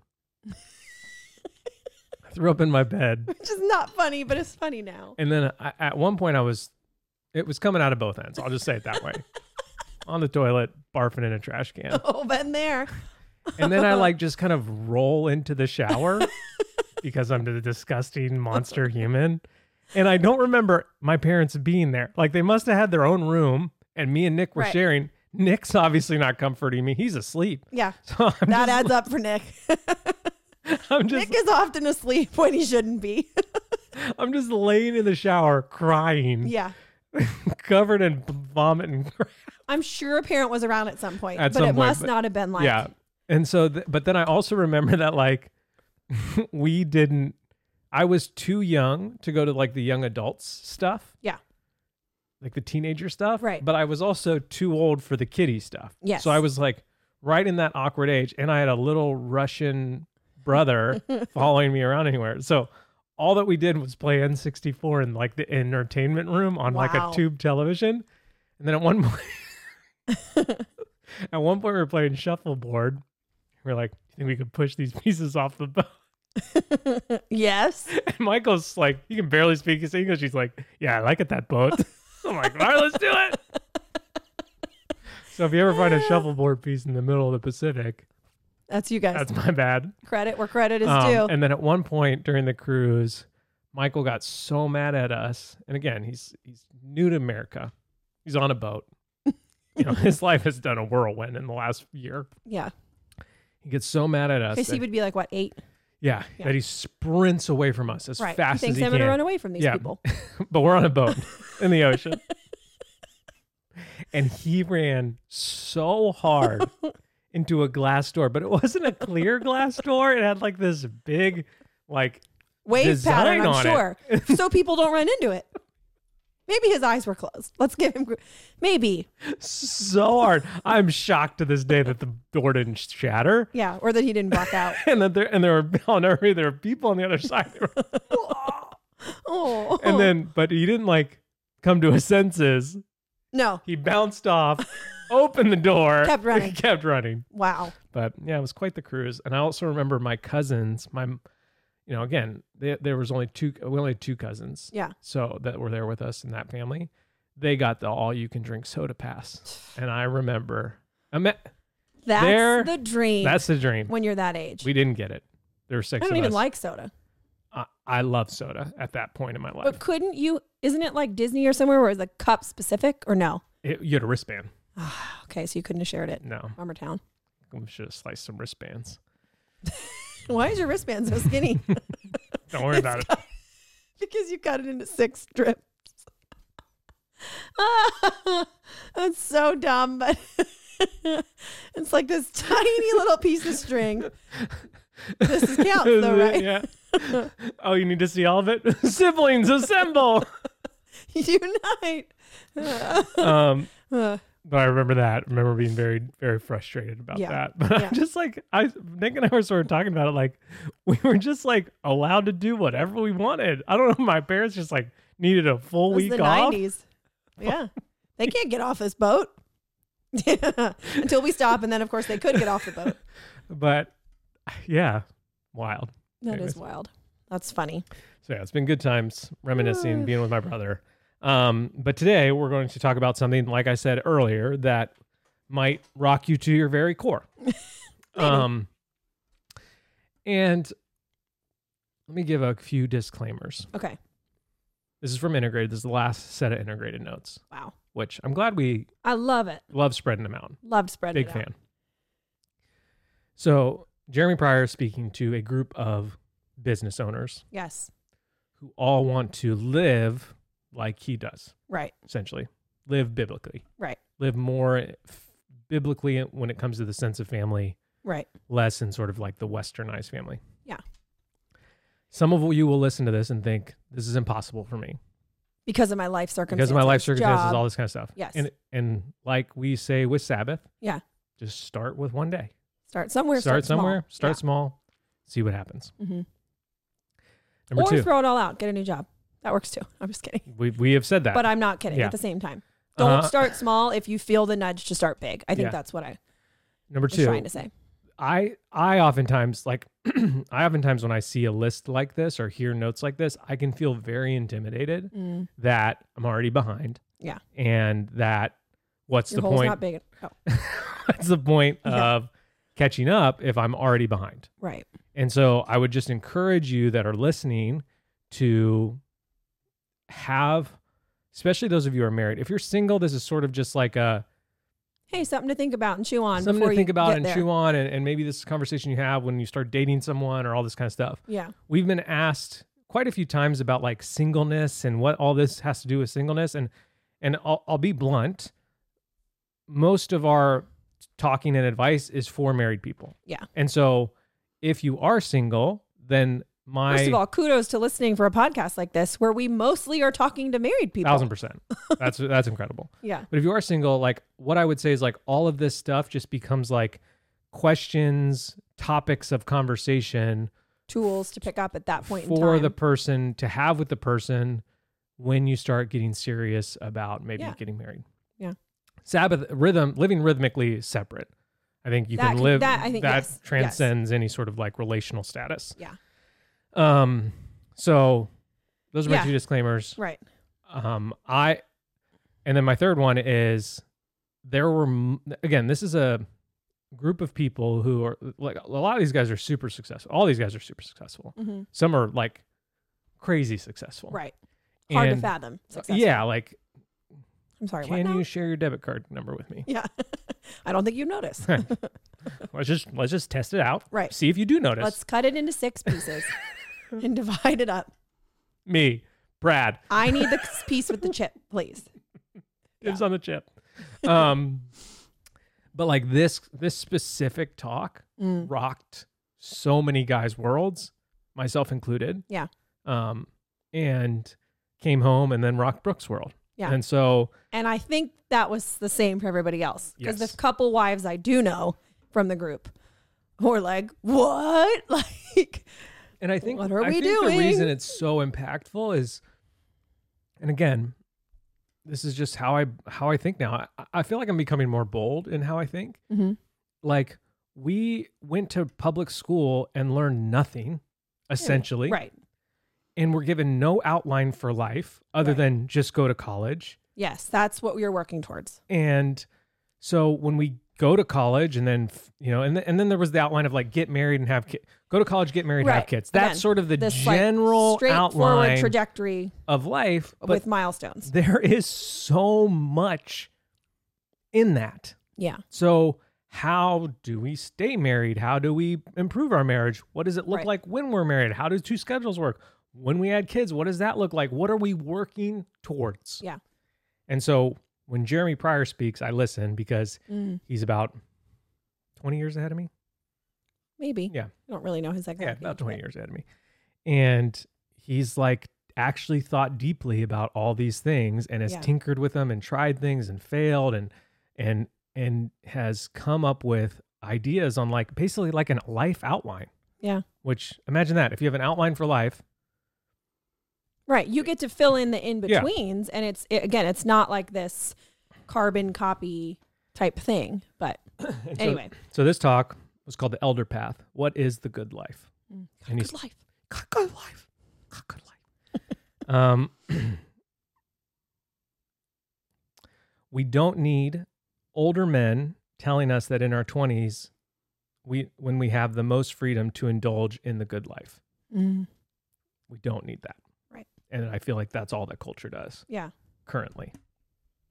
Speaker 1: I threw up in my bed.
Speaker 2: Which is not funny, but it's funny now.
Speaker 1: And then I, at one point, I was, it was coming out of both ends. I'll just say it that way. on the toilet, barfing in a trash can.
Speaker 2: Oh, been there.
Speaker 1: And then I like just kind of roll into the shower because I'm the disgusting monster human. And I don't remember my parents being there. Like they must have had their own room and me and Nick were
Speaker 2: Right.
Speaker 1: sharing. Nick's obviously not comforting me. He's asleep.
Speaker 2: Yeah,
Speaker 1: So I'm
Speaker 2: that
Speaker 1: just,
Speaker 2: adds up for Nick.
Speaker 1: I'm just
Speaker 2: Nick is often asleep when he shouldn't be.
Speaker 1: I'm just laying in the shower crying,
Speaker 2: yeah.
Speaker 1: covered in vomit and crap.
Speaker 2: I'm sure a parent was around at some point,
Speaker 1: At
Speaker 2: but
Speaker 1: some
Speaker 2: it
Speaker 1: point,
Speaker 2: must
Speaker 1: but-
Speaker 2: not have been like,
Speaker 1: yeah. And so, th- but then I also remember that like we didn't I was too young to go to like the young adults stuff.
Speaker 2: Yeah.
Speaker 1: Like the teenager stuff.
Speaker 2: Right.
Speaker 1: But I was also too old for the kiddie stuff.
Speaker 2: Yes.
Speaker 1: So I was like right in that awkward age and I had a little Russian brother following me around anywhere. So all that we did was play N64 in like the entertainment room on like
Speaker 2: Wow.
Speaker 1: a tube television. And then at one point at one point we were playing shuffleboard. We are like, you think we could push these pieces off the boat?
Speaker 2: yes.
Speaker 1: And Michael's like, he can barely speak his English. He's like, yeah, I like it that boat. I'm like, all right, let's do it. So if you ever find a shuffleboard piece in the middle of the Pacific,
Speaker 2: That's you guys.
Speaker 1: that's my bad.
Speaker 2: credit where credit is
Speaker 1: Um,
Speaker 2: due.
Speaker 1: and then at one point during the cruise, Michael got so mad at us. And again, he's he's new to America. He's on a boat. You know, his life has done a whirlwind in the last year.
Speaker 2: yeah.
Speaker 1: He gets so mad at us.
Speaker 2: Because he
Speaker 1: that-
Speaker 2: would be like, what, eight?
Speaker 1: yeah,
Speaker 2: Yeah.
Speaker 1: that he sprints away from us as
Speaker 2: Right.
Speaker 1: fast
Speaker 2: he thinks
Speaker 1: as he
Speaker 2: I'm
Speaker 1: can.
Speaker 2: going to run away from these
Speaker 1: Yeah.
Speaker 2: people.
Speaker 1: but we're on a boat in the ocean. and he ran so hard into a glass door, but it wasn't a clear glass door. It had like this big, like,
Speaker 2: Wave
Speaker 1: Design
Speaker 2: pattern, I'm
Speaker 1: on it.
Speaker 2: sure. so people don't run into it. Maybe his eyes were closed. Let's give him. gr- Maybe.
Speaker 1: so hard. I'm shocked to this day that the door didn't shatter.
Speaker 2: Yeah. Or that he didn't walk out.
Speaker 1: And that there and there were I'll never forget, there were people on the other side. They were-
Speaker 2: Oh.
Speaker 1: And then but he didn't like come to his senses.
Speaker 2: No.
Speaker 1: He bounced off, opened the door,
Speaker 2: Kept running.
Speaker 1: kept running.
Speaker 2: Wow.
Speaker 1: but yeah, it was quite the cruise. And I also remember my cousins, my, you know, again, they, there was only two, we only had two cousins.
Speaker 2: Yeah.
Speaker 1: So that were there with us in that family. They got the all you can drink soda pass. And I remember, I mean,
Speaker 2: That's
Speaker 1: There-
Speaker 2: the dream
Speaker 1: that's the dream.
Speaker 2: when you're that age.
Speaker 1: We didn't get it. There were six
Speaker 2: I don't
Speaker 1: of
Speaker 2: even
Speaker 1: us.
Speaker 2: like soda.
Speaker 1: I, I love soda at that point in my life.
Speaker 2: But couldn't you? Isn't it like Disney or somewhere where it's a cup specific or no?
Speaker 1: It- you had a wristband.
Speaker 2: Okay. So you couldn't have shared it.
Speaker 1: No,
Speaker 2: Town.
Speaker 1: we should have sliced some wristbands.
Speaker 2: Why is your wristband so skinny?
Speaker 1: Don't worry about it.
Speaker 2: because you cut it into six strips. That's so dumb, but it's like this tiny little piece of string. This is counts though, right?
Speaker 1: yeah. Oh, you need to see all of it? Siblings, assemble.
Speaker 2: Unite.
Speaker 1: um,
Speaker 2: Uh,
Speaker 1: But I remember that. I remember being very, very frustrated about
Speaker 2: Yeah.
Speaker 1: that. But
Speaker 2: Yeah.
Speaker 1: I'm just like, I Nick and I were sort of talking about it. Like, we were just like allowed to do whatever we wanted. I don't know. My parents just like needed a full
Speaker 2: it was
Speaker 1: week
Speaker 2: the
Speaker 1: off.
Speaker 2: 90s. Yeah. They can't get off this boat until we stop. And then, of course, they could get off the boat.
Speaker 1: But yeah, wild.
Speaker 2: That is
Speaker 1: Anyways.
Speaker 2: wild. That's funny.
Speaker 1: So yeah, it's been good times reminiscing,
Speaker 2: Ah.
Speaker 1: being with my brother. Um, but today we're going to talk about something, like I said earlier, that might rock you to your very core. um, and let me give a few disclaimers.
Speaker 2: Okay.
Speaker 1: This is from Integrated. This is the last set of Integrated notes,
Speaker 2: Wow.
Speaker 1: which I'm glad we
Speaker 2: I love it.
Speaker 1: love spreading them out.
Speaker 2: Loved spreading
Speaker 1: Big
Speaker 2: it out.
Speaker 1: fan. So Jeremy Pryor is speaking to a group of business owners
Speaker 2: Yes.
Speaker 1: who all want to live like he does,
Speaker 2: Right.
Speaker 1: essentially, live biblically,
Speaker 2: Right.
Speaker 1: live more f- biblically when it comes to the sense of family,
Speaker 2: Right.
Speaker 1: less in sort of like the westernized family.
Speaker 2: Yeah.
Speaker 1: Some of you will listen to this and think this is impossible for me.
Speaker 2: Because of my life circumstances.
Speaker 1: because of my life circumstances,
Speaker 2: job.
Speaker 1: all this kind of stuff.
Speaker 2: Yes.
Speaker 1: And and like we say with Sabbath,
Speaker 2: Yeah.
Speaker 1: just start with one day.
Speaker 2: Start somewhere.
Speaker 1: start somewhere,
Speaker 2: small.
Speaker 1: start small, see what happens.
Speaker 2: Yeah. Mhm.
Speaker 1: Number
Speaker 2: or
Speaker 1: two,
Speaker 2: throw it all out. Get a new job. That works too. I'm just kidding.
Speaker 1: we we have said that.
Speaker 2: But I'm not kidding
Speaker 1: Yeah.
Speaker 2: at the same time. Don't
Speaker 1: Uh,
Speaker 2: start small if you feel the nudge to start big. I think
Speaker 1: Yeah.
Speaker 2: that's what I
Speaker 1: Number
Speaker 2: was
Speaker 1: two,
Speaker 2: trying to say.
Speaker 1: I I oftentimes like I oftentimes when I see a list like this or hear notes like this, I can feel very intimidated
Speaker 2: Mm.
Speaker 1: that I'm already behind.
Speaker 2: Yeah.
Speaker 1: And that what's
Speaker 2: Your
Speaker 1: the
Speaker 2: hole's
Speaker 1: point?
Speaker 2: not big. en- Oh,
Speaker 1: what's the point
Speaker 2: Yeah.
Speaker 1: of catching up if I'm already behind?
Speaker 2: right.
Speaker 1: And so I would just encourage you that are listening to have, especially those of you who are married. If you're single, this is sort of just like a
Speaker 2: Hey, something to think about and chew on.
Speaker 1: something
Speaker 2: before
Speaker 1: to think
Speaker 2: you
Speaker 1: about
Speaker 2: get
Speaker 1: and
Speaker 2: there.
Speaker 1: chew on, and, and maybe this is a conversation you have when you start dating someone or all this kind of stuff.
Speaker 2: Yeah.
Speaker 1: We've been asked quite a few times about like singleness and what all this has to do with singleness, and and I'll, I'll be blunt. Most of our talking and advice is for married people.
Speaker 2: Yeah.
Speaker 1: And so if you are single, then my
Speaker 2: First of all, kudos to listening for a podcast like this where we mostly are talking to married people.
Speaker 1: thousand percent. That's that's incredible.
Speaker 2: Yeah.
Speaker 1: But if you are single, like what I would say is like all of this stuff just becomes like questions, topics of conversation
Speaker 2: Tools to pick up at that point
Speaker 1: for
Speaker 2: in
Speaker 1: the
Speaker 2: time.
Speaker 1: person to have with the person when you start getting serious about maybe
Speaker 2: Yeah.
Speaker 1: getting married.
Speaker 2: Yeah.
Speaker 1: Sabbath rhythm, living rhythmically is separate. I think you
Speaker 2: That
Speaker 1: can
Speaker 2: can-
Speaker 1: live
Speaker 2: that I think-
Speaker 1: that
Speaker 2: yes, yes.
Speaker 1: transcends any sort of like relational status.
Speaker 2: Yeah.
Speaker 1: Um so those are my
Speaker 2: Yeah.
Speaker 1: two disclaimers.
Speaker 2: right.
Speaker 1: Um, I, and then my third one is there were m- again. This is a group of people who are like a lot of these guys are super successful. All these guys are super successful.
Speaker 2: hmm
Speaker 1: Some are like crazy successful.
Speaker 2: Right. Hard to
Speaker 1: And- uh,
Speaker 2: fathom. Success.
Speaker 1: Yeah, like
Speaker 2: I'm sorry. What
Speaker 1: can
Speaker 2: now?
Speaker 1: you share your debit card number with me?
Speaker 2: Yeah. I don't think you notice.
Speaker 1: Let's just let's just test it out.
Speaker 2: Right.
Speaker 1: See if you do notice.
Speaker 2: Let's cut it into six pieces and divide it up.
Speaker 1: me, Brad,
Speaker 2: I need the piece with the chip, please.
Speaker 1: It's on the chip. Um, but like this this specific talk
Speaker 2: Mm.
Speaker 1: rocked so many guys' worlds, myself included.
Speaker 2: Yeah.
Speaker 1: Um, and came home and then rocked Brooks' world.
Speaker 2: Yeah.
Speaker 1: And so
Speaker 2: And I think that was the same for everybody else. Because
Speaker 1: Yes.
Speaker 2: the couple wives I do know from the group were like, what? Like,
Speaker 1: and I think
Speaker 2: What are
Speaker 1: I
Speaker 2: we
Speaker 1: think the
Speaker 2: doing?
Speaker 1: reason it's so impactful is and again, this is just how I how I think now. I, I feel like I'm becoming more bold in how I think.
Speaker 2: Mhm.
Speaker 1: Like we went to public school and learned nothing, essentially.
Speaker 2: right.
Speaker 1: and we're given no outline for life other
Speaker 2: Right.
Speaker 1: than just go to college.
Speaker 2: Yes, that's what we were working towards.
Speaker 1: And so when we go to college and then f- you know and th- and then there was the outline of like get married and have kids. Go to college, get married, have
Speaker 2: Right.
Speaker 1: kids. That's
Speaker 2: Again,
Speaker 1: sort of the
Speaker 2: This
Speaker 1: general
Speaker 2: like, straightforward
Speaker 1: outline
Speaker 2: trajectory
Speaker 1: of life, but
Speaker 2: with milestones.
Speaker 1: there is so much in that.
Speaker 2: Yeah,
Speaker 1: So how do we stay married? How do we improve our marriage? What does it look
Speaker 2: Right.
Speaker 1: like when we're married? How do two schedules work? When we had kids, what does that look like? What are we working towards?
Speaker 2: Yeah.
Speaker 1: And so when Jeremy Pryor speaks, I listen because
Speaker 2: Mm,
Speaker 1: he's about 20 years ahead of me.
Speaker 2: maybe.
Speaker 1: Yeah.
Speaker 2: I don't really know his
Speaker 1: Yeah,
Speaker 2: exact.
Speaker 1: about 20 years ahead of me. And he's like actually thought deeply about all these things and has
Speaker 2: Yeah.
Speaker 1: tinkered with them and tried things and failed and and and has come up with ideas on like basically like an life outline.
Speaker 2: Yeah.
Speaker 1: Which imagine that if you have an outline for life,
Speaker 2: Right, you get to fill in the in
Speaker 1: Yeah.
Speaker 2: betweens, and it's it, again, it's not like this carbon copy type thing. But
Speaker 1: And so-
Speaker 2: anyway,
Speaker 1: So this talk was called the Elder Path. What is the good life?
Speaker 2: Mm.
Speaker 1: And he's
Speaker 2: good life.
Speaker 1: God, good life. God, good life. um, we don't need older men telling us that in our twenties, we when we have the most freedom to indulge in the good life.
Speaker 2: Mm,
Speaker 1: We don't need that.
Speaker 2: Right.
Speaker 1: And I feel like that's all that culture does
Speaker 2: yeah,
Speaker 1: currently.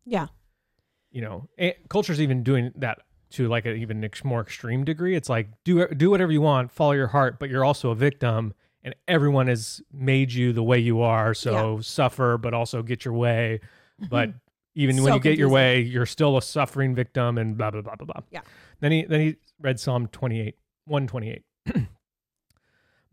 Speaker 2: yeah,
Speaker 1: You know, and culture's even doing that to like an even ex- more extreme degree. It's like do do whatever you want, follow your heart, but you're also a victim, and everyone has made you the way you are. So suffer, but also get your way.
Speaker 2: Mm-hmm.
Speaker 1: But even when
Speaker 2: So
Speaker 1: you get your
Speaker 2: confusing.
Speaker 1: way, you're still a suffering victim, and blah blah blah blah blah.
Speaker 2: Yeah.
Speaker 1: Then he then he read Psalm 28, 128.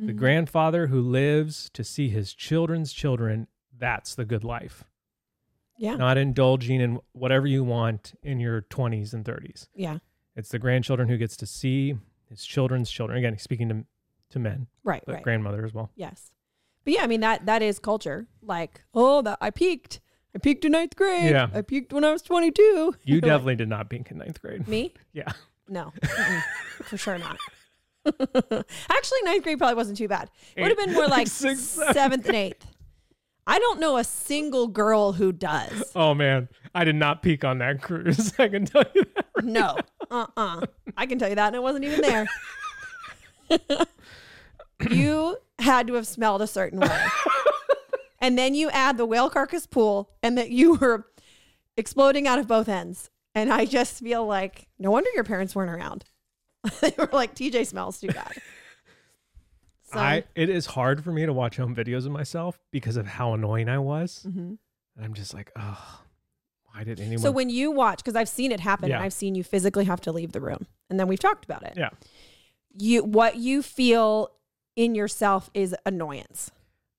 Speaker 1: The grandfather who lives to see his children's children, that's the good life.
Speaker 2: yeah,
Speaker 1: Not indulging in whatever you want in your 20s and 30s.
Speaker 2: yeah.
Speaker 1: It's the grandchildren who gets to see his children's children. Again, speaking to to men,
Speaker 2: Right,
Speaker 1: but
Speaker 2: right.
Speaker 1: grandmother as well.
Speaker 2: Yes. But yeah, I mean that that is culture. Like, oh, that I peaked. I peaked in ninth grade.
Speaker 1: Yeah.
Speaker 2: I peaked when I was twenty two.
Speaker 1: You definitely did not pink in ninth grade.
Speaker 2: Me?
Speaker 1: Yeah.
Speaker 2: No. Mm-mm. For sure not. Actually, ninth grade probably wasn't too bad. It would have been more like
Speaker 1: Sixth, seventh.
Speaker 2: seventh and eighth. I don't know a single girl who does.
Speaker 1: Oh man, I did not peak on that cruise. I can tell you that.
Speaker 2: Uh-uh. No. Uh uh I can tell you that, and it wasn't even there. you had to have smelled a certain way. and then you add the whale carcass pool and that you were exploding out of both ends. And I just feel like no wonder your parents weren't around. they were like, TJ smells too bad. So,
Speaker 1: I it is hard for me to watch home videos of myself because of how annoying I was.
Speaker 2: Mhm.
Speaker 1: And I'm just like, oh, why did anyone?
Speaker 2: so when you watch, because I've seen it happen
Speaker 1: Yeah.
Speaker 2: and I've seen you physically have to leave the room. And then we've talked about it.
Speaker 1: yeah,
Speaker 2: You what you feel in yourself is annoyance.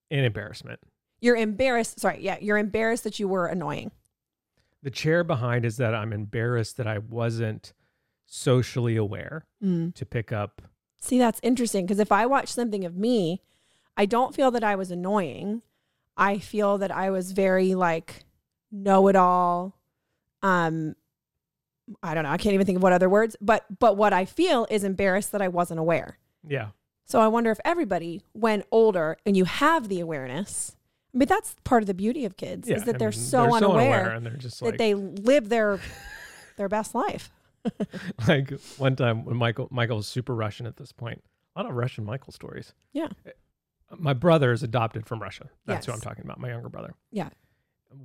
Speaker 1: in embarrassment.
Speaker 2: You're embarrassed. Sorry, yeah, you're embarrassed that you were annoying.
Speaker 1: The chair behind is that I'm embarrassed that I wasn't socially aware to pick up.
Speaker 2: See, that's interesting because if I watch something of me, I don't feel that I was annoying. I feel that I was very like know it all. Um, I don't know. I can't even think of what other words, but but what I feel is embarrassed that I wasn't aware.
Speaker 1: Yeah,
Speaker 2: So I wonder if everybody, when older and you have the awareness, I mean that's part of the beauty of kids
Speaker 1: yeah.
Speaker 2: is that
Speaker 1: I
Speaker 2: they're,
Speaker 1: mean,
Speaker 2: so, unaware
Speaker 1: and they're just
Speaker 2: that
Speaker 1: like
Speaker 2: they live their their best life.
Speaker 1: like one time when Michael Michael was super Russian at this point. A lot of Russian Michael stories.
Speaker 2: Yeah.
Speaker 1: My brother is adopted from Russia. That's who
Speaker 2: Yes.
Speaker 1: I'm talking about, my younger brother.
Speaker 2: Yeah.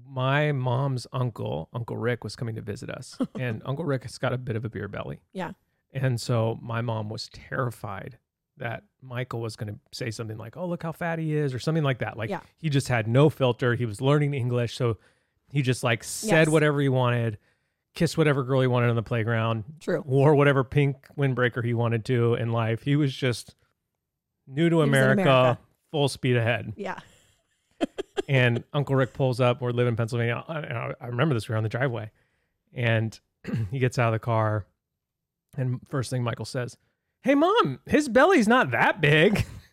Speaker 1: My mom's uncle, Uncle Rick, was coming to visit us. and Uncle Rick has got a bit of a beer belly.
Speaker 2: Yeah.
Speaker 1: And so my mom was terrified that Michael was going to say something like, oh, look how fat he is, or something like that. Like
Speaker 2: Yeah.
Speaker 1: he just had no filter. He was learning English. So he just like said
Speaker 2: Yes.
Speaker 1: whatever he wanted, kissed whatever girl he wanted on the playground,
Speaker 2: True.
Speaker 1: wore whatever pink windbreaker he wanted to in life. He was just new to
Speaker 2: was in
Speaker 1: America,
Speaker 2: America.
Speaker 1: full speed ahead.
Speaker 2: Yeah.
Speaker 1: and Uncle Rick pulls up. We live in Pennsylvania. I- I, I remember this. We were on the driveway, and he gets out of the car, and first thing Michael says, "Hey, mom, his belly's not that big."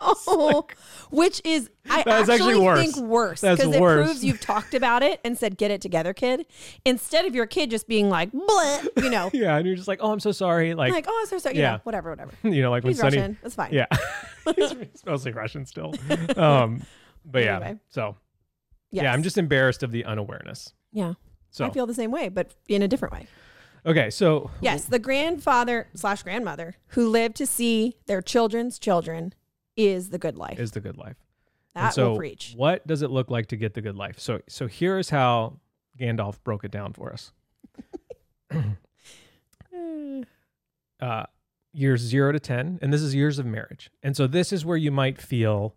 Speaker 2: Oh, which is I
Speaker 1: That's actually
Speaker 2: actually,
Speaker 1: worse.
Speaker 2: think worse
Speaker 1: That's
Speaker 2: because it
Speaker 1: worse.
Speaker 2: proves you've talked about it and said get it together, kid. Instead of your kid just being like, Bleh, you know,
Speaker 1: yeah, and you're just like, "Oh, I'm so sorry." Like,
Speaker 2: like oh, so sorry, you
Speaker 1: yeah.
Speaker 2: know, whatever, whatever.
Speaker 1: you know, like when
Speaker 2: He's
Speaker 1: Sonny,
Speaker 2: Russian. That's fine.
Speaker 1: yeah, he's, he's mostly Russian still. Um, but yeah,
Speaker 2: Anyway.
Speaker 1: so
Speaker 2: Yes.
Speaker 1: yeah, I'm just embarrassed of the unawareness.
Speaker 2: yeah.
Speaker 1: So
Speaker 2: I feel the same way, but in a different way.
Speaker 1: okay, so
Speaker 2: Yes, the grandfather slash grandmother who lived to see their children's children is the good life.
Speaker 1: is the good life. And
Speaker 2: that
Speaker 1: so
Speaker 2: will preach.
Speaker 1: What does it look like to get the good life? So so here is how Gandalf broke it down for us. Uh years 0 to 10 and this is years of marriage. And so this is where you might feel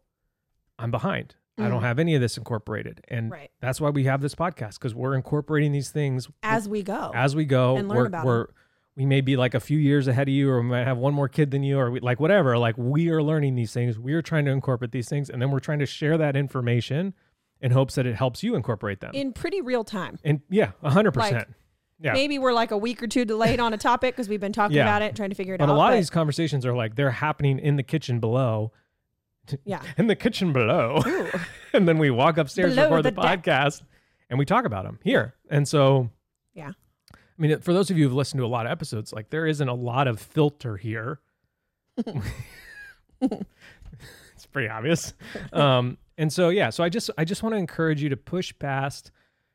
Speaker 1: I'm behind. I don't
Speaker 2: Mhm.
Speaker 1: have any of this incorporated. And
Speaker 2: Right.
Speaker 1: that's why we have this podcast cuz we're incorporating these things
Speaker 2: As we go.
Speaker 1: as we go
Speaker 2: And learn
Speaker 1: we're,
Speaker 2: about 'em.
Speaker 1: we're we may be like a few years ahead of you or we might have one more kid than you or we, like whatever like we are learning these things we are trying to incorporate these things and then we're trying to share that information in hopes that it helps you incorporate them
Speaker 2: in pretty real time.
Speaker 1: and yeah 100%
Speaker 2: Like,
Speaker 1: Yeah.
Speaker 2: Maybe we're like a week or two delayed on a topic because we've been talking
Speaker 1: Yeah.
Speaker 2: about it, trying to figure it
Speaker 1: but
Speaker 2: out.
Speaker 1: a lot of these conversations are like they're happening in the kitchen below
Speaker 2: yeah,
Speaker 1: in the kitchen below and then we walk upstairs
Speaker 2: Below
Speaker 1: before the,
Speaker 2: the deck.
Speaker 1: podcast and we talk about them here and so
Speaker 2: Yeah.
Speaker 1: i mean for those of you who've listened to a lot of episodes like there isn't a lot of filter here it's pretty obvious um and so yeah so i just i just want to encourage you to push past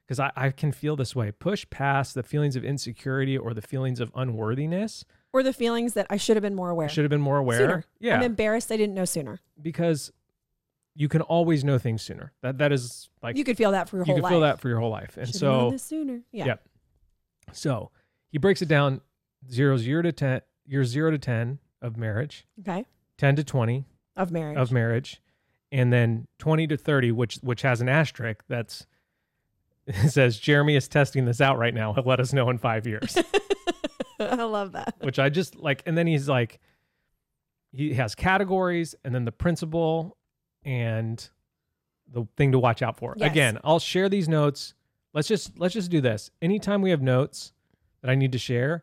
Speaker 1: because I, I can feel this way push past the feelings of insecurity or the feelings of unworthiness
Speaker 2: or the feelings that I should have been more aware.
Speaker 1: i should have been more aware
Speaker 2: Sooner.
Speaker 1: yeah
Speaker 2: I'm embarrassed I didn't know sooner.
Speaker 1: because you can always know things sooner that that is like
Speaker 2: You could feel that for your
Speaker 1: you
Speaker 2: whole
Speaker 1: can
Speaker 2: life.
Speaker 1: feel that for your whole life. And
Speaker 2: Should've
Speaker 1: so,
Speaker 2: known this sooner. Yeah.
Speaker 1: yeah. so he breaks it down: zero, zero to ten, year zero to ten of marriage,
Speaker 2: Okay.
Speaker 1: ten to twenty
Speaker 2: Of marriage.
Speaker 1: of marriage, and then twenty to thirty, which which has an asterisk that's it says Jeremy is testing this out right now. He'll let us know in five years,
Speaker 2: I love that.
Speaker 1: which I just like. And then he's like, he has categories, and then the principle, and the thing to watch out for.
Speaker 2: Yes.
Speaker 1: Again, I'll share these notes. Let's just let's just do this. Anytime we have notes that I need to share,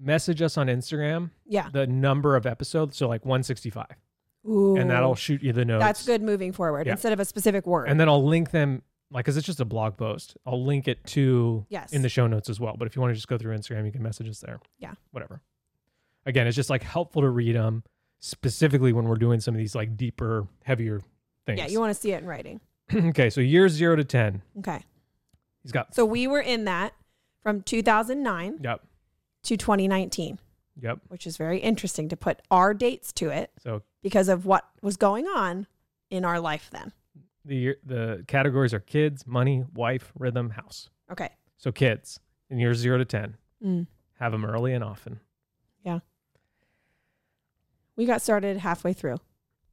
Speaker 1: message us on Instagram
Speaker 2: Yeah.
Speaker 1: the number of episodes, so like 165,
Speaker 2: Ooh.
Speaker 1: and that'll shoot you the notes.
Speaker 2: That's good moving forward
Speaker 1: Yeah.
Speaker 2: instead of a specific word.
Speaker 1: And then I'll link them like cuz it's just a blog post. I'll link it to
Speaker 2: yes.
Speaker 1: in the show notes as well. But if you want to just go through Instagram, you can message us there.
Speaker 2: Yeah.
Speaker 1: Whatever. Again, it's just like helpful to read them specifically when we're doing some of these like deeper, heavier things.
Speaker 2: yeah, you want to see it in writing.
Speaker 1: okay, so years 0 to 10.
Speaker 2: Okay.
Speaker 1: He's got
Speaker 2: So we were in that from 2009
Speaker 1: Yep.
Speaker 2: to 2019.
Speaker 1: Yep.
Speaker 2: which is very interesting to put our dates to it
Speaker 1: So
Speaker 2: because of what was going on in our life then.
Speaker 1: the year- the categories are kids, money, wife, rhythm, house.
Speaker 2: Okay.
Speaker 1: So kids in years zero to ten,
Speaker 2: Mm.
Speaker 1: have them early and often.
Speaker 2: We got started halfway through.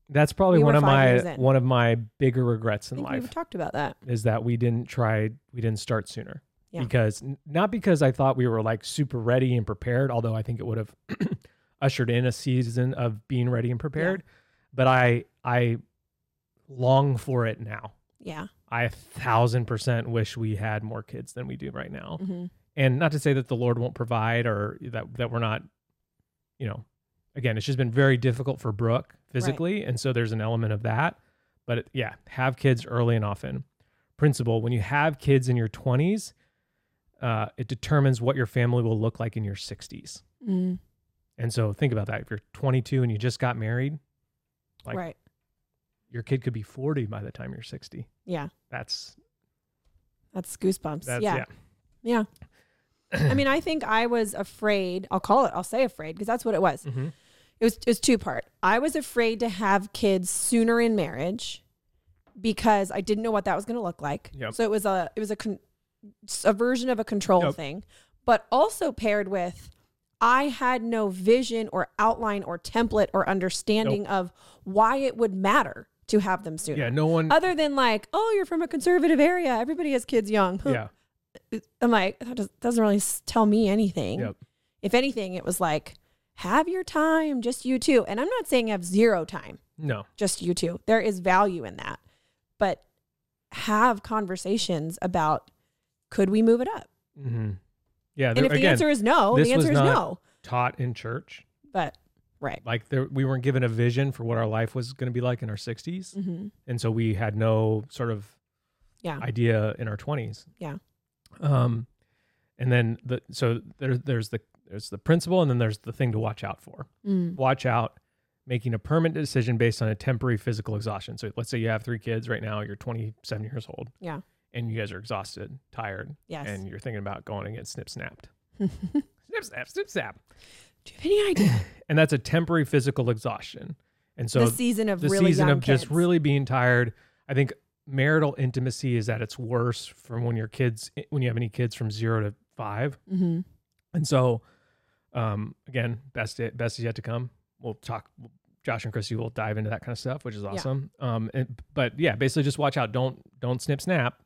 Speaker 1: That's probably
Speaker 2: We were
Speaker 1: one of
Speaker 2: five
Speaker 1: my
Speaker 2: years in.
Speaker 1: one of my bigger regrets
Speaker 2: I
Speaker 1: in
Speaker 2: think
Speaker 1: life
Speaker 2: we've talked about that.
Speaker 1: is that we didn't try we didn't start sooner
Speaker 2: Yeah.
Speaker 1: because n- not because I thought we were like super ready and prepared, although I think it would have ushered in a season of being ready and prepared, but I I long for it now.
Speaker 2: Yeah.
Speaker 1: I a thousand percent wish we had more kids than we do right now.
Speaker 2: hmm
Speaker 1: and not to say that the lord won't provide or that that we're not you know again it's just been very difficult for brooke physically and so there's an element of that but it- yeah have kids early and often principle when you have kids in your 20s uh, it determines what your family will look like in your 60s
Speaker 2: Mm.
Speaker 1: and so think about that if you're 22 and you just got married Like-
Speaker 2: right.
Speaker 1: your kid could be 40 by the time you're 60
Speaker 2: Yeah.
Speaker 1: that's
Speaker 2: That's goosebumps.
Speaker 1: that's
Speaker 2: yeah.
Speaker 1: yeah,
Speaker 2: Yeah. I mean, I think I was afraid. I'll call it, I'll say afraid because that's what it was.
Speaker 1: Mhm.
Speaker 2: It was it was two part. I was afraid to have kids sooner in marriage because I didn't know what that was going to look like.
Speaker 1: Yep.
Speaker 2: So it was a it was a con- a version of a control
Speaker 1: Yep.
Speaker 2: thing, but also paired with I had no vision or outline or template or understanding of why it would matter to have them sooner.
Speaker 1: yeah no one
Speaker 2: Other than like, oh, you're from a conservative area. Everybody has kids young.
Speaker 1: yeah
Speaker 2: I'm like, that does- doesn't really s- tell me anything.
Speaker 1: Yep.
Speaker 2: If anything, it was like, have your time, just you two. And I'm not saying have zero time,
Speaker 1: no
Speaker 2: just you two. There is value in that. But have conversations about could we move it up?
Speaker 1: hmm yeah
Speaker 2: and
Speaker 1: there-
Speaker 2: if the
Speaker 1: again
Speaker 2: answer is no,
Speaker 1: this
Speaker 2: the
Speaker 1: was
Speaker 2: answer is
Speaker 1: not-
Speaker 2: no.
Speaker 1: taught in church
Speaker 2: But right.
Speaker 1: like there, we weren't given a vision for what our life was going to be like in our 60s
Speaker 2: hmm
Speaker 1: and so we had no sort of
Speaker 2: Yeah.
Speaker 1: idea in our 20s
Speaker 2: Yeah.
Speaker 1: um and then the so there, there's the there's the principle and then there's the thing to watch out for
Speaker 2: Mm.
Speaker 1: watch out making a permanent decision based on a temporary physical exhaustion so let's say you have three kids right now you're 27 years old
Speaker 2: Yeah.
Speaker 1: and you guys are exhausted tired
Speaker 2: Yes.
Speaker 1: and you're thinking about going and getting snip snapped snip snap snip snap
Speaker 2: Do you have any idea?
Speaker 1: and that's a temporary physical exhaustion and so
Speaker 2: the season of
Speaker 1: the
Speaker 2: really
Speaker 1: season
Speaker 2: young
Speaker 1: of just
Speaker 2: kids.
Speaker 1: really being tired. I think marital intimacy is at its worst from when your kids when you have any kids from zero to five.
Speaker 2: Mhm.
Speaker 1: And so, um, again, best best is yet to come. We'll talk. Josh and Chrissy will dive into that kind of stuff, which is awesome. Um, and, but yeah, basically just watch out. Don't don't snip snap.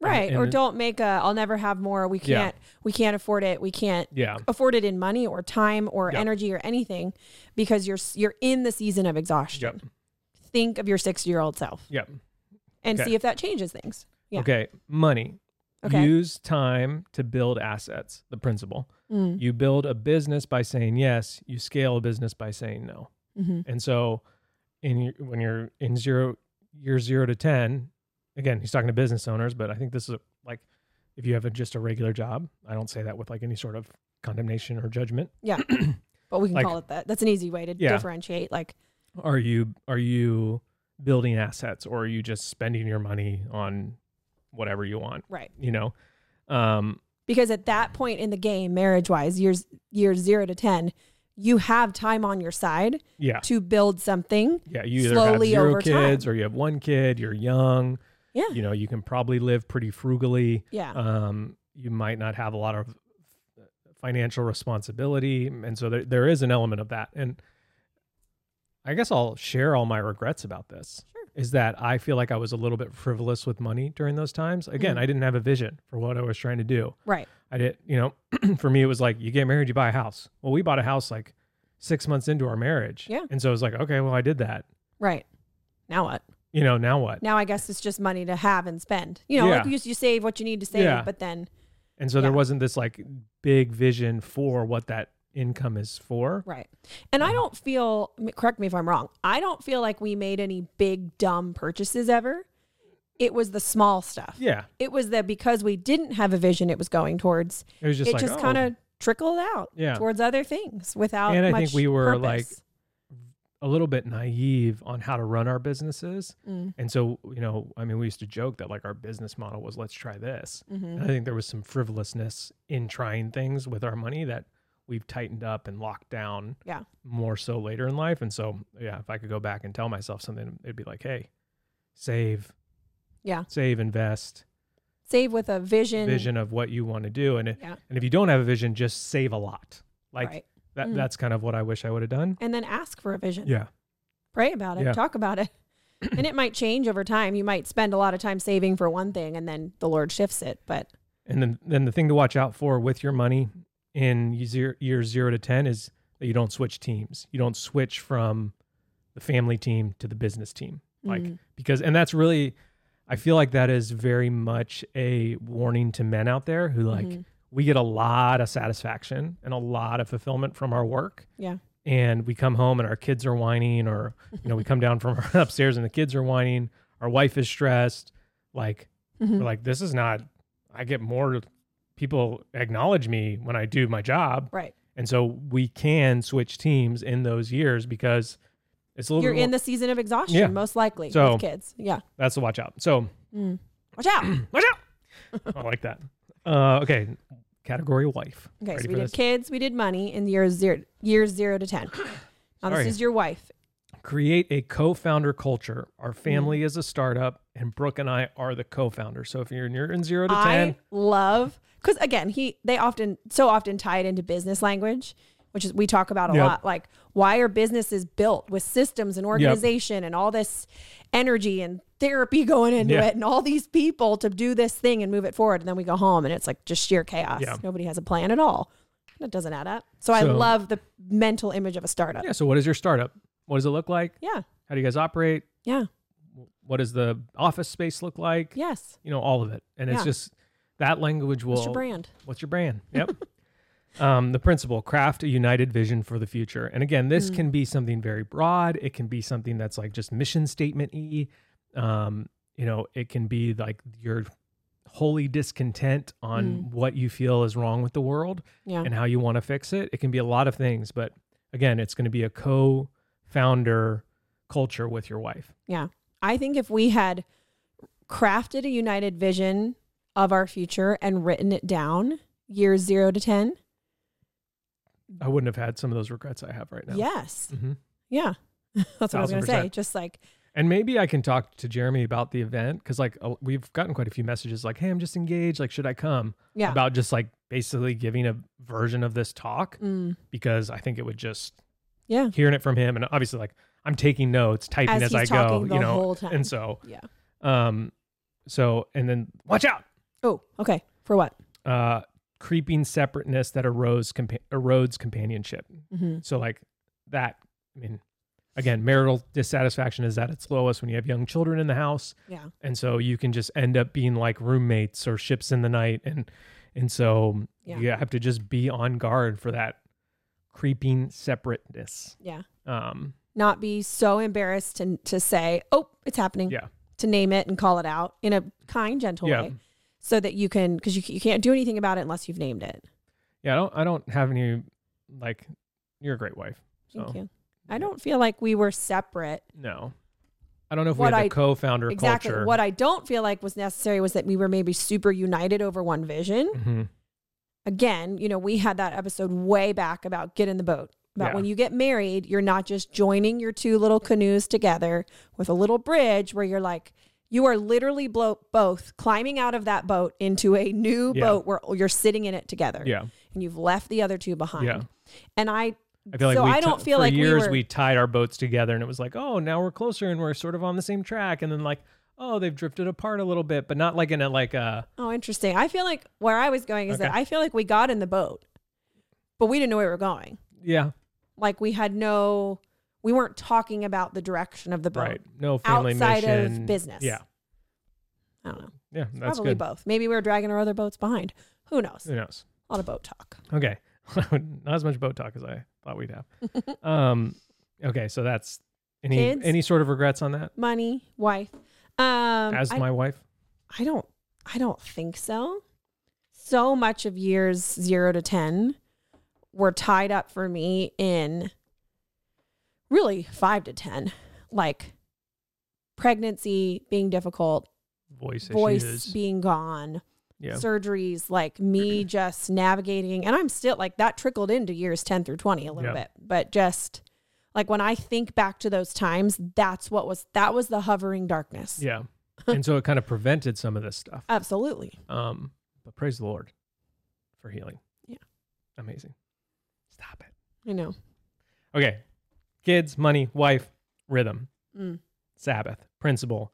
Speaker 1: And-
Speaker 2: Right.
Speaker 1: and
Speaker 2: or
Speaker 1: it-
Speaker 2: don't make a I'll never have more. We
Speaker 1: Yeah.
Speaker 2: can't we can't afford it. We can't
Speaker 1: Yeah,
Speaker 2: afforded in money or time or
Speaker 1: Yep.
Speaker 2: energy or anything because you're you're in the season of exhaustion.
Speaker 1: Yep.
Speaker 2: Think of your 60-year-old self
Speaker 1: Yep.
Speaker 2: and
Speaker 1: Okay.
Speaker 2: see if that changes things. Yeah.
Speaker 1: Okay, money.
Speaker 2: Okay.
Speaker 1: Use time to build assets. The principle.
Speaker 2: Mm,
Speaker 1: You build a business by saying yes. You scale a business by saying no.
Speaker 2: mhm.
Speaker 1: And so, in your, when you're in zero year zero to ten, again, he's talking to business owners, but I think this is a, like if you have a, just a regular job. I don't say that with like any sort of condemnation or judgment.
Speaker 2: But we can
Speaker 1: Like-
Speaker 2: call it that. That's an easy way to
Speaker 1: Yeah.
Speaker 2: differentiate like
Speaker 1: Are you are you building assets or are you just spending your money on whatever you want?
Speaker 2: right.
Speaker 1: You know, um,
Speaker 2: Because at that point in the game marriage-wise, years years 0 to 10, you have time on your side
Speaker 1: yeah,
Speaker 2: to build something.
Speaker 1: yeah. You either have
Speaker 2: Slowly
Speaker 1: zero
Speaker 2: over
Speaker 1: kids or you have one kid. You're young.
Speaker 2: Yeah.
Speaker 1: You know, you can probably live pretty frugally.
Speaker 2: Yeah.
Speaker 1: um, you might not have a lot of uh, financial responsibility and so there, there is an element of that and i guess i'll share all my regrets about this
Speaker 2: Sure.
Speaker 1: is that i feel like i was a little bit frivolous with money during those times again
Speaker 2: Mm-hmm.
Speaker 1: i didn't have a vision for what i was trying to do
Speaker 2: right.
Speaker 1: i did you know for me it was like you get married you buy a house well we bought a house like six months into our marriage
Speaker 2: Yeah.
Speaker 1: and so it was like okay well i did that
Speaker 2: Right. Now what?
Speaker 1: you know now what
Speaker 2: Now I guess it's just money to have and spend. You know,
Speaker 1: Yeah.
Speaker 2: like you, you save what you need to save,
Speaker 1: Yeah.
Speaker 2: but then
Speaker 1: and so there
Speaker 2: Yeah.
Speaker 1: wasn't this like big vision for what that income is for
Speaker 2: Right. And I don't feel, m- correct me if I'm wrong, I don't feel like we made any big, dumb purchases ever. It was the small stuff.
Speaker 1: yeah
Speaker 2: It was that because we didn't have a vision it was going towards,
Speaker 1: It was just
Speaker 2: it
Speaker 1: like
Speaker 2: just
Speaker 1: oh.
Speaker 2: kind of trickled out
Speaker 1: Yeah.
Speaker 2: towards other things without
Speaker 1: And I
Speaker 2: much
Speaker 1: think we were,
Speaker 2: purpose.
Speaker 1: a little bit naive on how to run our businesses.
Speaker 2: Mm.
Speaker 1: And so, you know, I mean, we used to joke that like our business model was let's try this.
Speaker 2: Mhm.
Speaker 1: And I think there was some frivolousness in trying things with our money that we've tightened up and locked down
Speaker 2: Yeah.
Speaker 1: more so later in life. And so, yeah, if I could go back and tell myself something, it'd be like, hey, save.
Speaker 2: Yeah.
Speaker 1: Save, invest,
Speaker 2: Save with a vision.
Speaker 1: vision of what you want to do. And, if-
Speaker 2: Yeah.
Speaker 1: and if you don't have a vision, just save a lot. Like
Speaker 2: right.
Speaker 1: that,
Speaker 2: Mm.
Speaker 1: that's kind of what I wish I would have done.
Speaker 2: And then ask for a vision.
Speaker 1: Yeah.
Speaker 2: Pray about it.
Speaker 1: Yeah.
Speaker 2: Talk about it. and it might change over time. You might spend a lot of time saving for one thing and then the Lord shifts it. But
Speaker 1: And then, then the thing to watch out for with your money in year, year zero to 10 is that you don't switch teams. You don't switch from the family team to the business team. Like,
Speaker 2: Mhm.
Speaker 1: because, and that's really, I feel like that is very much a warning to men out there who, like,
Speaker 2: Mhm.
Speaker 1: we get a lot of satisfaction and a lot of fulfillment from our work.
Speaker 2: Yeah.
Speaker 1: And we come home and our kids are whining, or, you know, we come down from upstairs and the kids are whining, our wife is stressed. Like,
Speaker 2: Mhm.
Speaker 1: we're like, this is not, I get more people acknowledge me when I do my job.
Speaker 2: right.
Speaker 1: And so we can switch teams in those years because it's a little
Speaker 2: You're
Speaker 1: bit
Speaker 2: in the season of exhaustion,
Speaker 1: Yeah.
Speaker 2: most likely
Speaker 1: So-
Speaker 2: with kids. Yeah.
Speaker 1: more- that's the watch out. So
Speaker 2: Mm. Watch out.
Speaker 1: watch out. I like that. Uh, okay. Category wife.
Speaker 2: Okay,
Speaker 1: Ready
Speaker 2: so we
Speaker 1: for
Speaker 2: did
Speaker 1: this?
Speaker 2: kids, we did money in years zero, years zero to ten. Now
Speaker 1: Sorry.
Speaker 2: this is your wife.
Speaker 1: Create a co-founder culture. Our
Speaker 2: Mm-hmm.
Speaker 1: family is a startup and Brooke and I are the co-founder. So if you're, you're in zero to 10,
Speaker 2: I love because again, he they often so often tie it into business language, which is we talk about a
Speaker 1: Yep.
Speaker 2: lot. Like why are businesses built with systems and organization and all this energy and therapy going into
Speaker 1: Yeah.
Speaker 2: it and all these people to do this thing and move it forward, and then we go home and it's like just sheer chaos.
Speaker 1: Yeah.
Speaker 2: Nobody has a plan at all. That doesn't add up. So, I
Speaker 1: So-
Speaker 2: love the mental image of a startup.
Speaker 1: yeah. So what is your startup? What does it look like?
Speaker 2: Yeah.
Speaker 1: How do you guys operate?
Speaker 2: Yeah.
Speaker 1: What does the office space look like?
Speaker 2: Yes.
Speaker 1: you know all of it and it's
Speaker 2: Yeah.
Speaker 1: just that language will
Speaker 2: What's your brand?
Speaker 1: what's your brand yep um, the principle craft a united vision for the future and again
Speaker 2: Mm.
Speaker 1: this can be something very broad it can be something that's like just mission statement e um, you know it can be like your holy discontent on what you feel is wrong with the world
Speaker 2: Mm. Yeah.
Speaker 1: and how you want to fix it it can be a lot of things but again it's going to be a co-founder culture with your wife
Speaker 2: Yeah. I think if we had crafted a united vision of our future and written it down years zero to 10,
Speaker 1: i wouldn't have had some of those regrets i have right now
Speaker 2: yes.
Speaker 1: Mhm.
Speaker 2: Yeah. That's what I was
Speaker 1: Thousand
Speaker 2: going to say.
Speaker 1: percent.
Speaker 2: Just like,
Speaker 1: And maybe I can talk to Jeremy about the event because like uh, we've gotten quite a few messages like, "Hey, I'm just engaged. Like, should I come?"
Speaker 2: yeah.
Speaker 1: About just like basically giving a version of this talk
Speaker 2: Mm.
Speaker 1: because I think it would just
Speaker 2: Yeah.
Speaker 1: hearing it from him and obviously like I'm taking notes, typing
Speaker 2: As
Speaker 1: as,
Speaker 2: he's
Speaker 1: I go,
Speaker 2: talking the
Speaker 1: you know,
Speaker 2: whole time.
Speaker 1: and so
Speaker 2: Yeah.
Speaker 1: um, so and then watch out,
Speaker 2: Oh, okay. For what?
Speaker 1: uh, creeping separateness that erodes compa- erodes companionship.
Speaker 2: Mhm.
Speaker 1: So like that, I mean, again, marital dissatisfaction is at its lowest when you have young children in the house.
Speaker 2: Yeah.
Speaker 1: and so you can just end up being like roommates or ships in the night and and so
Speaker 2: Yeah.
Speaker 1: you have to just be on guard for that creeping separateness
Speaker 2: Yeah.
Speaker 1: um
Speaker 2: Not be so embarrassed to, to say, oh, it's happening.
Speaker 1: Yeah.
Speaker 2: To name it and call it out in a kind, gentle
Speaker 1: Yeah.
Speaker 2: way so that you can, because you, you can't do anything about it unless you've named it.
Speaker 1: yeah i don't i don't have any like you're a great wife so
Speaker 2: Thank you.
Speaker 1: yeah.
Speaker 2: I don't feel like we were separate
Speaker 1: no i don't know if
Speaker 2: What
Speaker 1: we had
Speaker 2: I-
Speaker 1: a co-founder
Speaker 2: exactly
Speaker 1: culture
Speaker 2: what i don't feel like was necessary was that we were maybe super united over one vision
Speaker 1: Mhm.
Speaker 2: again you know we had that episode way back about get in the boat about
Speaker 1: Yeah.
Speaker 2: when you get married you're not just joining your two little canoes together with a little bridge where you're like you are literally blo- both climbing out of that boat into a new
Speaker 1: Yeah.
Speaker 2: boat where you're sitting in it together
Speaker 1: yeah
Speaker 2: and you've left the other two behind
Speaker 1: Yeah.
Speaker 2: and i
Speaker 1: i feel like
Speaker 2: so
Speaker 1: we t-
Speaker 2: i don't feel
Speaker 1: for
Speaker 2: like
Speaker 1: years
Speaker 2: we, were,
Speaker 1: tied our boats together and it was like oh now we're closer and we're sort of on the same track and then like oh they've drifted apart a little bit but not like in a like a
Speaker 2: Oh, interesting. I feel like where I was going is that
Speaker 1: Okay.
Speaker 2: I feel like we got in the boat, but we didn't know where we were going.
Speaker 1: yeah
Speaker 2: Like we had no, we weren't talking about the direction of the boat.
Speaker 1: Right. No family
Speaker 2: outside of
Speaker 1: mission.
Speaker 2: business.
Speaker 1: Yeah.
Speaker 2: I don't know.
Speaker 1: Yeah. That's
Speaker 2: Probably
Speaker 1: good.
Speaker 2: both. Maybe we were dragging our other boats behind. Who knows?
Speaker 1: Who knows?
Speaker 2: A lot of boat talk.
Speaker 1: Okay. Not as much boat talk as I thought we'd have. um. Okay. So that's any
Speaker 2: Kids?
Speaker 1: any sort of regrets on that
Speaker 2: Money, wife. Um,
Speaker 1: as
Speaker 2: I,
Speaker 1: my wife.
Speaker 2: I don't, I don't think so. So much of years zero to 10 were tied up for me in really five to 10, like pregnancy being difficult,
Speaker 1: Voice,
Speaker 2: voice
Speaker 1: issues.
Speaker 2: being gone,
Speaker 1: Yeah.
Speaker 2: surgeries, like me just navigating. And I'm still like that trickled into years 10 through 20 a little
Speaker 1: Yeah.
Speaker 2: bit, but just like when I think back to those times, that's what was that was the hovering darkness.
Speaker 1: Yeah. and so it kind of prevented some of this stuff.
Speaker 2: Absolutely.
Speaker 1: Um, but praise the Lord for healing.
Speaker 2: Yeah.
Speaker 1: Amazing. Stop it.
Speaker 2: I know.
Speaker 1: Okay. Kids, money, wife, rhythm,
Speaker 2: Mm.
Speaker 1: Sabbath, principle.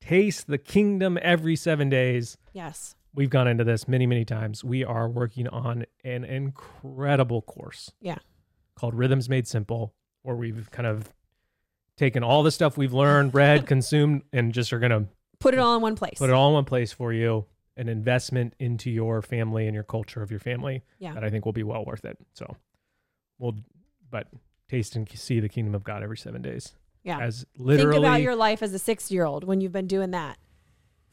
Speaker 1: Taste the kingdom every seven days.
Speaker 2: Yes.
Speaker 1: We've gone into this many, many times. We are working on an incredible course.
Speaker 2: Yeah.
Speaker 1: Called Rhythms Made Simple, where we've kind of taken all the stuff we've learned, read, consumed, and just are going to
Speaker 2: Put it all in one place.
Speaker 1: put it all in one place for you an investment into your family and your culture of your family
Speaker 2: Yeah.
Speaker 1: that i think will be well worth it so we'll but taste and see the kingdom of god every seven days
Speaker 2: Yeah.
Speaker 1: as
Speaker 2: Think
Speaker 1: literally
Speaker 2: about your life as a six year old when you've been doing that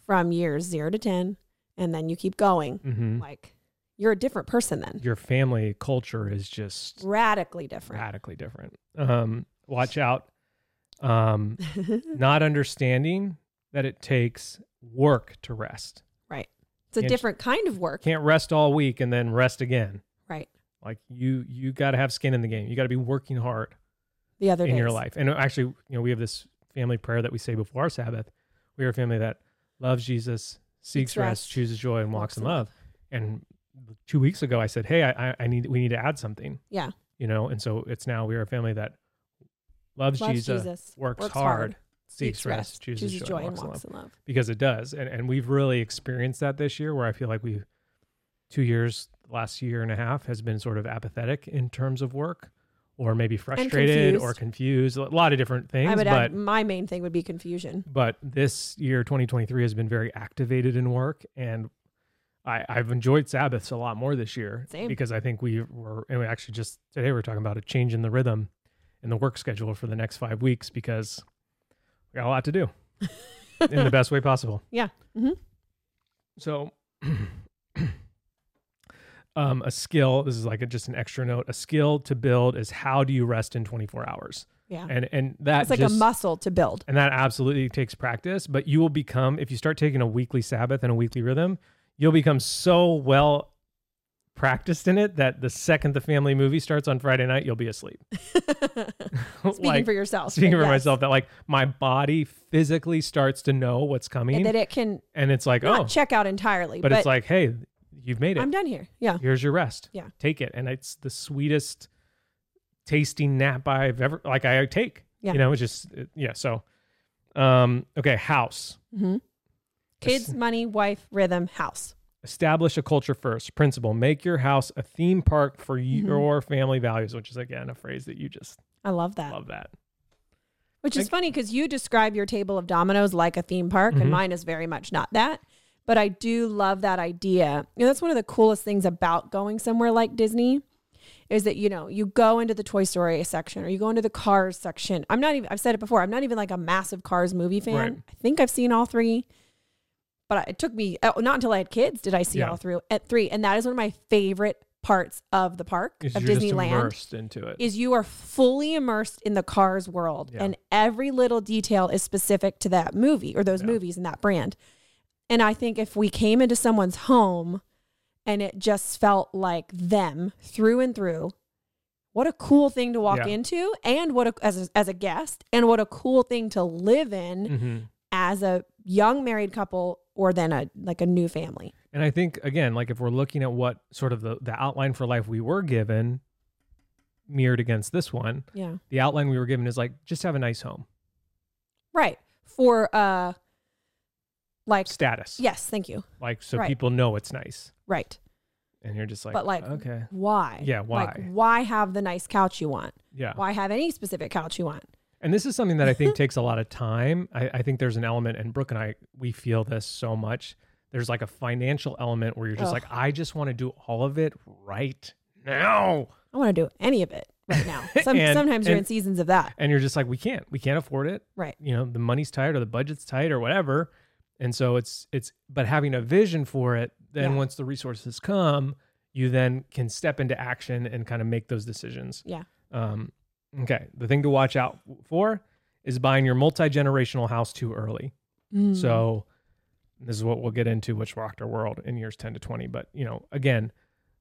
Speaker 2: from years zero to 10, and then you keep going.
Speaker 1: Mhm.
Speaker 2: Like you're a different person then,
Speaker 1: your family culture is just
Speaker 2: radically different.
Speaker 1: radically different um watch out um not understanding that it takes work to rest
Speaker 2: It's a
Speaker 1: Can't-
Speaker 2: different kind of work.
Speaker 1: can't rest all week and then rest again
Speaker 2: Right.
Speaker 1: like you you got to have skin in the game you got to be working hard
Speaker 2: The other
Speaker 1: in your
Speaker 2: days.
Speaker 1: life. And uh, actually, you know, we have this family prayer that we say before our Sabbath. We are a family that loves Jesus, seeks
Speaker 2: Seeks
Speaker 1: rest,
Speaker 2: rest,
Speaker 1: chooses joy, and walks in love. And two weeks ago, I said, "Hey, I, I- I need we need to add something."
Speaker 2: Yeah.
Speaker 1: You know, and so it's now we are a family that loves,
Speaker 2: Loves
Speaker 1: Jesus, works, hard, seeks, rest, chooses, joy, and walks in love. Because it does, and and we've really experienced that this year, where I feel like we, have two years, last year and a half has been sort of apathetic in terms of work. Or maybe frustrated or confused, a lot of different things.
Speaker 2: I would
Speaker 1: but
Speaker 2: add my main thing would be confusion.
Speaker 1: but this year 2023 has been very activated in work and I, I've enjoyed Sabbaths a lot more this year
Speaker 2: Same.
Speaker 1: because I think we were and we actually just today we were talking about a change in the rhythm and the work schedule for the next five weeks because we got a lot to do in the best way possible.
Speaker 2: Yeah. Mhm.
Speaker 1: So, um, a skill. This is like a, just an extra note. A skill to build is how do you rest in 24 hours?
Speaker 2: Yeah.
Speaker 1: And and that
Speaker 2: It's like
Speaker 1: just,
Speaker 2: a muscle to build.
Speaker 1: and that absolutely takes practice, but you will become, if you start taking a weekly Sabbath and a weekly rhythm, you'll become so well practiced in it that the second the family movie starts on Friday night, you'll be asleep.
Speaker 2: Speaking for yourself.
Speaker 1: Speaking
Speaker 2: but
Speaker 1: for
Speaker 2: yes.
Speaker 1: myself, that like my body physically starts to know what's coming.
Speaker 2: And
Speaker 1: And,
Speaker 2: that it can
Speaker 1: it's like,
Speaker 2: not
Speaker 1: oh,
Speaker 2: check out entirely,
Speaker 1: but,
Speaker 2: but,
Speaker 1: it's like, hey, you've made it.
Speaker 2: I'm done here. Yeah.
Speaker 1: Here's your rest.
Speaker 2: Yeah.
Speaker 1: Take it. And it's the sweetest tasting nap I've ever, like I take.
Speaker 2: Yeah.
Speaker 1: You know, it's just, it- yeah. So, um, okay, house.
Speaker 2: hmm Kids, money, wife, rhythm, house.
Speaker 1: establish a culture first principle make your house a theme park for
Speaker 2: Mhm.
Speaker 1: your family values which is again a phrase that you just
Speaker 2: I love that.
Speaker 1: love that
Speaker 2: Which is
Speaker 1: Like-
Speaker 2: funny because you describe your table of dominoes like a theme park,
Speaker 1: Mhm.
Speaker 2: and mine is very much not that. But I do love that idea. And that's one of the coolest things about going somewhere like Disney is that, you know, you go into the Toy Story section or you go into the Cars section. I'm not even, I've said it before, I'm not even like a massive Cars movie fan.
Speaker 1: Right.
Speaker 2: I think I've seen all three, but I- it took me, oh, not until I had kids did I see
Speaker 1: Yeah.
Speaker 2: all three at three. And that is one of my favorite parts of the park,
Speaker 1: Is
Speaker 2: of
Speaker 1: you're just
Speaker 2: Disneyland
Speaker 1: immersed into it
Speaker 2: is you are fully immersed in the car's world
Speaker 1: Yeah.
Speaker 2: and every little detail is specific to that movie or those
Speaker 1: Yeah.
Speaker 2: movies and that brand. And I think if we came into someone's home and it just felt like them through and through, what a cool thing to walk
Speaker 1: Yeah.
Speaker 2: into and what a, as a, as a guest and what a cool thing to live in
Speaker 1: hmm
Speaker 2: as a young married couple or then a like a new family.
Speaker 1: and i think again like if we're looking at what sort of the, the outline for life we were given mirrored against this one
Speaker 2: Yeah.
Speaker 1: the outline we were given is like just have a nice home
Speaker 2: Right. For uh like
Speaker 1: status
Speaker 2: yes, thank you.
Speaker 1: like so
Speaker 2: Right.
Speaker 1: people know it's nice
Speaker 2: Right.
Speaker 1: and you're just like
Speaker 2: But, like,
Speaker 1: okay
Speaker 2: why?
Speaker 1: Yeah,
Speaker 2: Like,
Speaker 1: why?
Speaker 2: why have the nice couch you want?
Speaker 1: yeah
Speaker 2: Why have any specific couch you want?
Speaker 1: And this is something that I think takes a lot of time. I, I think there's an element, and Brooke and I, we feel this so much. There's like a financial element where you're just
Speaker 2: Ugh.
Speaker 1: like, I just want to do all of it right now.
Speaker 2: I want to do any of it right now. Some,
Speaker 1: And-
Speaker 2: sometimes you're in
Speaker 1: and-
Speaker 2: seasons of that.
Speaker 1: And you're just like, we can't, we can't afford it.
Speaker 2: Right.
Speaker 1: You know, the money's tight or the budget's tight or whatever. And so it's, it's, but having a vision for it, then
Speaker 2: Yeah.
Speaker 1: once the resources come, you then can step into action and kind of make those decisions.
Speaker 2: Yeah.
Speaker 1: Um, okay. The thing to watch out for is buying your multi generational house too early.
Speaker 2: Mm.
Speaker 1: So This is what we'll get into, which rocked our world in years 10 to 20. But, you know, again,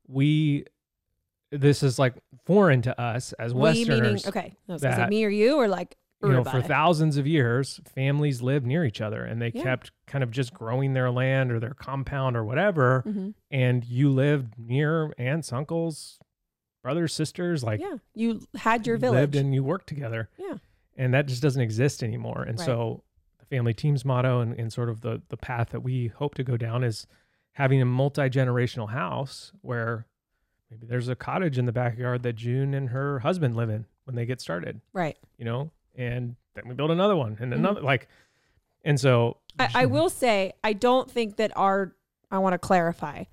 Speaker 1: we, this is like foreign to us as
Speaker 2: We meaning,
Speaker 1: Westerners.
Speaker 2: okay, I was gonna say
Speaker 1: that-
Speaker 2: me or you or like
Speaker 1: you know, for
Speaker 2: everybody.
Speaker 1: thousands of years, families lived near each other and they
Speaker 2: Yeah.
Speaker 1: kept kind of just growing their land or their compound or whatever.
Speaker 2: Mhm.
Speaker 1: And you lived near aunts, uncles, brothers, sisters, like
Speaker 2: yeah, you had your
Speaker 1: you
Speaker 2: village.
Speaker 1: lived and you worked together.
Speaker 2: Yeah.
Speaker 1: And that just doesn't exist anymore. And
Speaker 2: Right.
Speaker 1: so the family team's motto and, and sort of the the path that we hope to go down is having a multi-generational house where maybe there's a cottage in the backyard that June and her husband live in when they get started,
Speaker 2: right.
Speaker 1: you know? And then we build another one and
Speaker 2: Mm-hmm.
Speaker 1: another like and so
Speaker 2: I, I will say, I don't think that our, I want to clarify,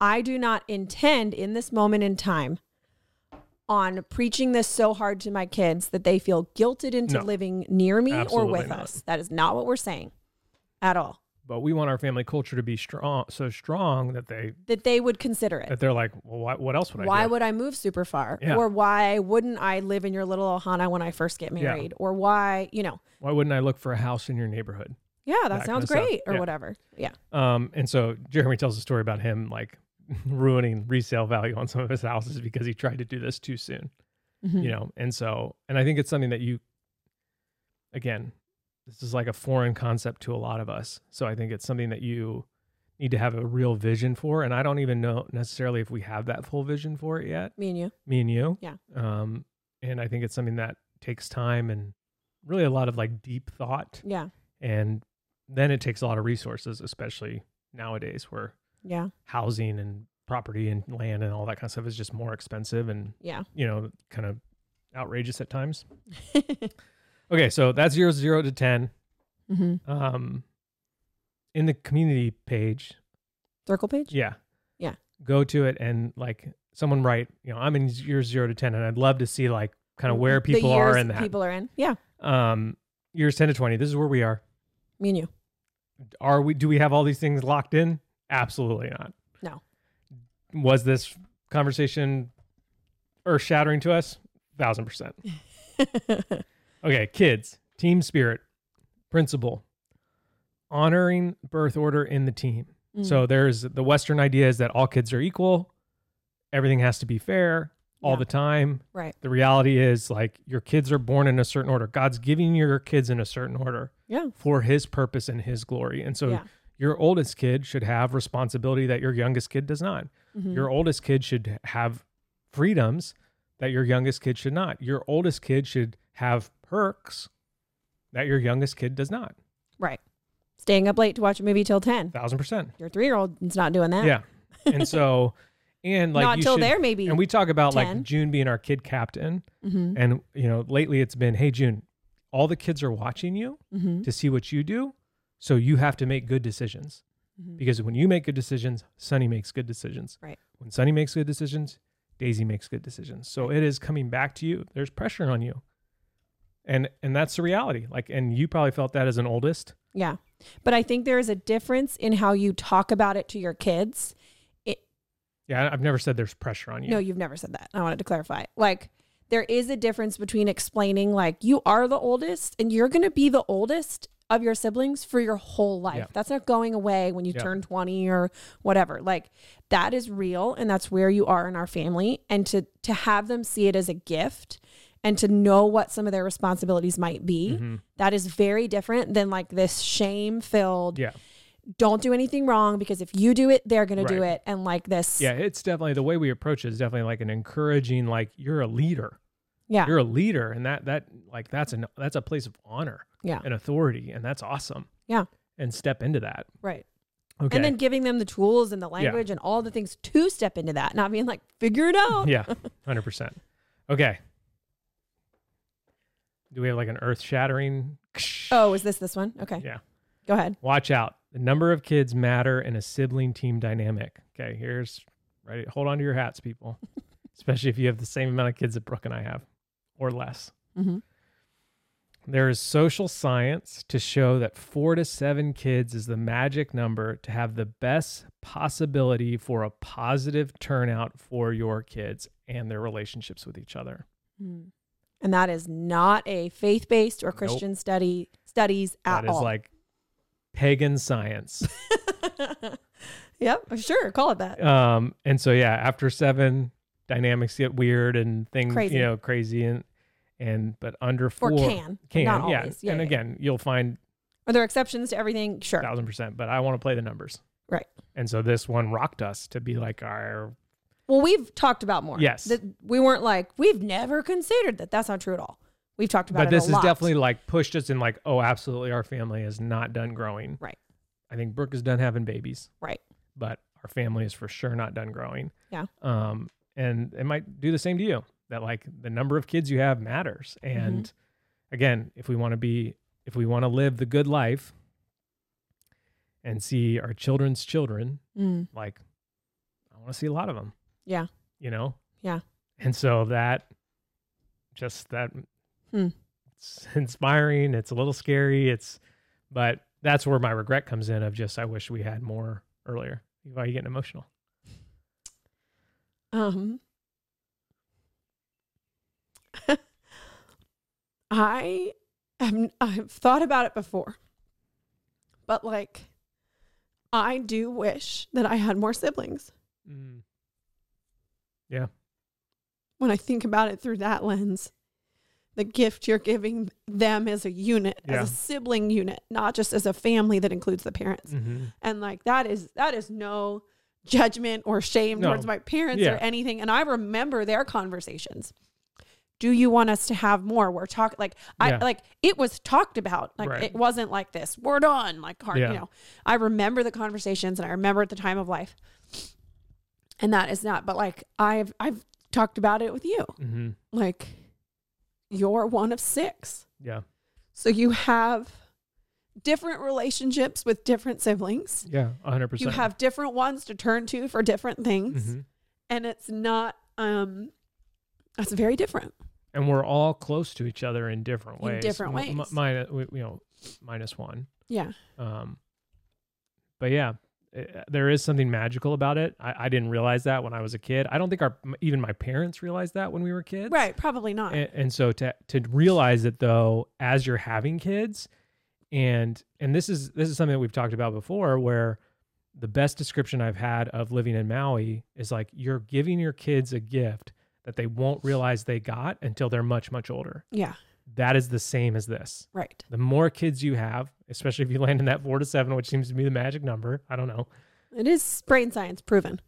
Speaker 2: I do not intend in this moment in time on preaching this so hard to my kids that they feel guilted into
Speaker 1: No.
Speaker 2: living near me
Speaker 1: Absolutely
Speaker 2: or with
Speaker 1: not.
Speaker 2: us. That is not what we're saying at all.
Speaker 1: but we want our family culture to be strong so strong that they
Speaker 2: That they would consider it.
Speaker 1: that they're like, well, why, what else would I
Speaker 2: why
Speaker 1: do?
Speaker 2: would I move super far?
Speaker 1: Yeah.
Speaker 2: Or why wouldn't I live in your little Ohana when I first get
Speaker 1: Yeah.
Speaker 2: married? Or why, you know,
Speaker 1: why wouldn't I look for a house in your neighborhood?
Speaker 2: yeah, that,
Speaker 1: That kinda
Speaker 2: sounds
Speaker 1: stuff.
Speaker 2: great or
Speaker 1: Yeah.
Speaker 2: whatever. Yeah.
Speaker 1: Um, and so Jeremy tells a story about him like ruining resale value on some of his houses because he tried to do this too soon, you know. And so, and I think it's something that you, again, this is like a foreign concept to a lot of us. So I think it's something that you need to have a real vision for. And I don't even know necessarily if we have that full vision for it yet,
Speaker 2: Me and you.
Speaker 1: me and you.
Speaker 2: Yeah.
Speaker 1: Um, and I think it's something that takes time and really a lot of like deep thought
Speaker 2: Yeah.
Speaker 1: and then it takes a lot of resources especially nowadays where
Speaker 2: Yeah.
Speaker 1: housing and property and land and all that kind of stuff is just more expensive and
Speaker 2: Yeah.
Speaker 1: you know kind of outrageous at times okay so that's zero zero to ten
Speaker 2: Mm-hmm.
Speaker 1: um in the community page
Speaker 2: Circle page?
Speaker 1: yeah
Speaker 2: Yeah.
Speaker 1: go to it and like someone write you know i'm in year zero to ten and i'd love to see like kind of where
Speaker 2: Mm, The
Speaker 1: people are
Speaker 2: years
Speaker 1: in that
Speaker 2: People are in. Yeah.
Speaker 1: um years 10 to 20 this is where we are
Speaker 2: Me and you.
Speaker 1: are we do we have all these things locked in absolutely not
Speaker 2: No.
Speaker 1: was this conversation earth shattering to us thousand percent okay kids team spirit principle honoring birth order in the team
Speaker 2: Mm.
Speaker 1: so there's the western idea is that all kids are equal everything has to be fair all
Speaker 2: Yeah.
Speaker 1: the time
Speaker 2: right.
Speaker 1: the reality is like your kids are born in a certain order god's giving your kids in a certain order
Speaker 2: Yeah.
Speaker 1: for his purpose and his glory and so
Speaker 2: Yeah.
Speaker 1: your oldest kid should have responsibility that your youngest kid does not
Speaker 2: Mhm.
Speaker 1: your oldest kid should have freedoms that your youngest kid should not your oldest kid should have perks that your youngest kid does not
Speaker 2: Right. Staying up late to watch a movie till 10.
Speaker 1: thousand percent
Speaker 2: Your three year old is not doing that.
Speaker 1: yeah and so and like
Speaker 2: not
Speaker 1: you
Speaker 2: till
Speaker 1: should-
Speaker 2: there, maybe.
Speaker 1: and we talk about
Speaker 2: 10.
Speaker 1: like june being our kid captain
Speaker 2: hmm
Speaker 1: And you know, lately it's been, hey June, all the kids are watching you
Speaker 2: hmm
Speaker 1: to see what you do, so you have to make good decisions.
Speaker 2: Mhm.
Speaker 1: Because when you make good decisions, Sunny makes good decisions.
Speaker 2: Right.
Speaker 1: When Sunny makes good decisions, Daisy makes good decisions. So it is coming back to you. There's pressure on you. And and that's the reality. Like and you probably felt that as an oldest.
Speaker 2: Yeah. But I think there is a difference in how you talk about it to your kids. It,
Speaker 1: Yeah, I- I've never said there's pressure on you.
Speaker 2: No, you've never said that. I wanted to clarify. Like, there is a difference between explaining, like, you are the oldest and you're going to be the oldest of your siblings for your whole life.
Speaker 1: Yeah.
Speaker 2: That's not going away when you
Speaker 1: Yeah.
Speaker 2: turn 20 or whatever. Like, that is real and that's where you are in our family. And to, to have them see it as a gift and to know what some of their responsibilities might be,
Speaker 1: Mm-hmm.
Speaker 2: that is very different than like this shame filled,
Speaker 1: Yeah.
Speaker 2: don't do anything wrong because if you do it, they're going to do
Speaker 1: Right.
Speaker 2: it. And like this.
Speaker 1: Yeah, it's definitely the way we approach it is definitely like an encouraging, like you're a leader.
Speaker 2: Yeah.
Speaker 1: you're a leader and that that like that's an that's a place of honor
Speaker 2: Yeah.
Speaker 1: and authority and that's awesome
Speaker 2: Yeah.
Speaker 1: and step into that
Speaker 2: Right.
Speaker 1: okay
Speaker 2: and then giving them the tools and the language and all the things to step into that, not being like, figure it out.
Speaker 1: yeah 100% okay do we have like an earth shattering
Speaker 2: Oh, is this this one? Okay.
Speaker 1: Yeah.
Speaker 2: Go ahead.
Speaker 1: watch out the number of kids matter in a sibling team dynamic okay here's right hold on to your hats people especially if you have the same amount of kids that brooke and i have or less
Speaker 2: Mhm.
Speaker 1: There is social science to show that four to seven kids is the magic number to have the best possibility for a positive turnout for your kids and their relationships with each other.
Speaker 2: Hmm. And that is not a faith based or Christian study studies at
Speaker 1: that is
Speaker 2: all.
Speaker 1: like pagan science.
Speaker 2: Yep, sure. Call it that.
Speaker 1: Um, and so yeah, after seven, dynamics get weird and things
Speaker 2: Crazy.
Speaker 1: you know crazy and and but under four
Speaker 2: Or can.
Speaker 1: can
Speaker 2: Not
Speaker 1: yeah.
Speaker 2: always. Yeah,
Speaker 1: and
Speaker 2: yeah,
Speaker 1: again you'll find
Speaker 2: Are there exceptions to everything? Sure.
Speaker 1: thousand percent, but I want to play the numbers.
Speaker 2: Right.
Speaker 1: And so this one rocked us to be like our
Speaker 2: Well, we've talked about more.
Speaker 1: Yes.
Speaker 2: That we weren't like, we've never considered that. That's not true at all. We've talked about
Speaker 1: but
Speaker 2: it
Speaker 1: this
Speaker 2: a
Speaker 1: is
Speaker 2: lot.
Speaker 1: definitely like pushed us in like oh absolutely our family is not done growing
Speaker 2: Right.
Speaker 1: i think brooke is done having babies
Speaker 2: Right.
Speaker 1: but our family is for sure not done growing
Speaker 2: Yeah.
Speaker 1: um and it might do the same to you that like the number of kids you have matters
Speaker 2: Mm-hmm.
Speaker 1: and again if we want to be if we want to live the good life and see our children's children
Speaker 2: Mm.
Speaker 1: like i want to see a lot of them
Speaker 2: Yeah.
Speaker 1: you know
Speaker 2: Yeah.
Speaker 1: and so that just that
Speaker 2: Hmm.
Speaker 1: it's inspiring it's a little scary it's but that's where my regret comes in of just i wish we had more earlier why are you getting emotional
Speaker 2: Um, I am, I've thought about it before, but like, I do wish that I had more siblings when I think about it through that lens. The gift you're giving them as a unit,
Speaker 1: Yeah.
Speaker 2: as a sibling unit, not just as a family that includes the parents.
Speaker 1: Mhm.
Speaker 2: and like that is that is no judgment or shame
Speaker 1: No.
Speaker 2: towards my parents
Speaker 1: Yeah.
Speaker 2: or anything and i remember their conversations do you want us to have more we're talking like
Speaker 1: Yeah.
Speaker 2: i like it was talked about like
Speaker 1: Right.
Speaker 2: it wasn't like this word on like hard
Speaker 1: Yeah.
Speaker 2: you know i remember the conversations and i remember at the time of life and that is not but like i've i've talked about it with you
Speaker 1: Mhm.
Speaker 2: like you're one of six
Speaker 1: yeah
Speaker 2: so you have different relationships with different siblings
Speaker 1: yeah 100%
Speaker 2: you have different ones to turn to for different things
Speaker 1: Mhm.
Speaker 2: and it's not um that's very different
Speaker 1: and we're all close to each other in different
Speaker 2: In
Speaker 1: ways
Speaker 2: different
Speaker 1: M-
Speaker 2: ways.
Speaker 1: minus you know minus one
Speaker 2: yeah
Speaker 1: Um, but yeah, it, there is something magical about it. I, I didn't realize that when I was a kid. I don't think our even my parents realized that when we were kids.
Speaker 2: right probably not
Speaker 1: And, and so to to realize it though, as you're having kids, and and this is this is something that we've talked about before, where the best description I've had of living in Maui is like you're giving your kids a gift that they won't realize they got until they're much much older.
Speaker 2: yeah
Speaker 1: That is the same as this
Speaker 2: right
Speaker 1: the more kids you have, especially if you land in that four to seven, which seems to be the magic number, I don't know.
Speaker 2: it is brain science proven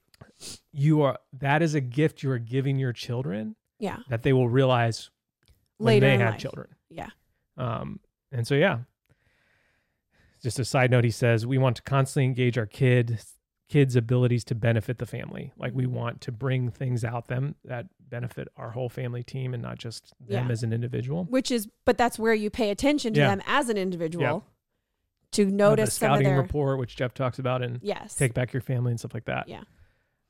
Speaker 1: You are that is a gift you are giving your children
Speaker 2: yeah
Speaker 1: that they will realize when
Speaker 2: later
Speaker 1: they
Speaker 2: in
Speaker 1: have
Speaker 2: life.
Speaker 1: children.
Speaker 2: yeah
Speaker 1: Um, and so yeah. Just a side note, he says we want to constantly engage our kids kids' abilities to benefit the family. Like we want to bring things out them that benefit our whole family team and not just them
Speaker 2: Yeah.
Speaker 1: as an individual.
Speaker 2: which is but that's where you pay attention to
Speaker 1: Yeah.
Speaker 2: them as an individual
Speaker 1: Yeah.
Speaker 2: to
Speaker 1: Uh,
Speaker 2: notice
Speaker 1: the
Speaker 2: some of
Speaker 1: scouting
Speaker 2: their
Speaker 1: report, which Jeff talks about in
Speaker 2: yes
Speaker 1: Take Back Your Family and stuff like that.
Speaker 2: Yeah.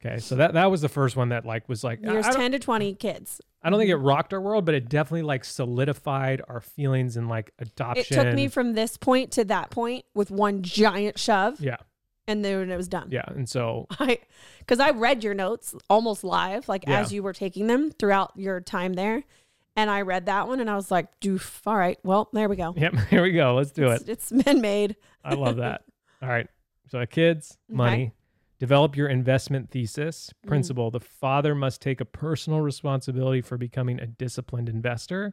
Speaker 1: Okay, so that that was the first one that like was like I-
Speaker 2: years
Speaker 1: I, don't,
Speaker 2: 10 to 20 kids
Speaker 1: I don't think it rocked our world, but it definitely like solidified our feelings and like
Speaker 2: it
Speaker 1: adoption.
Speaker 2: took me from this point to that point with one giant shove
Speaker 1: yeah,
Speaker 2: and then it was done
Speaker 1: yeah, and so
Speaker 2: I because I read your notes almost live, like
Speaker 1: Yeah.
Speaker 2: as you were taking them throughout your time there. And I read that one and I was like, doof, all right, well, there we go.
Speaker 1: yep, here we go. Let's do it.
Speaker 2: It's, it's been made.
Speaker 1: I love that. All right, so kids, money. Develop your investment thesis
Speaker 2: Mm.
Speaker 1: principle. The father must take a personal responsibility for becoming a disciplined investor.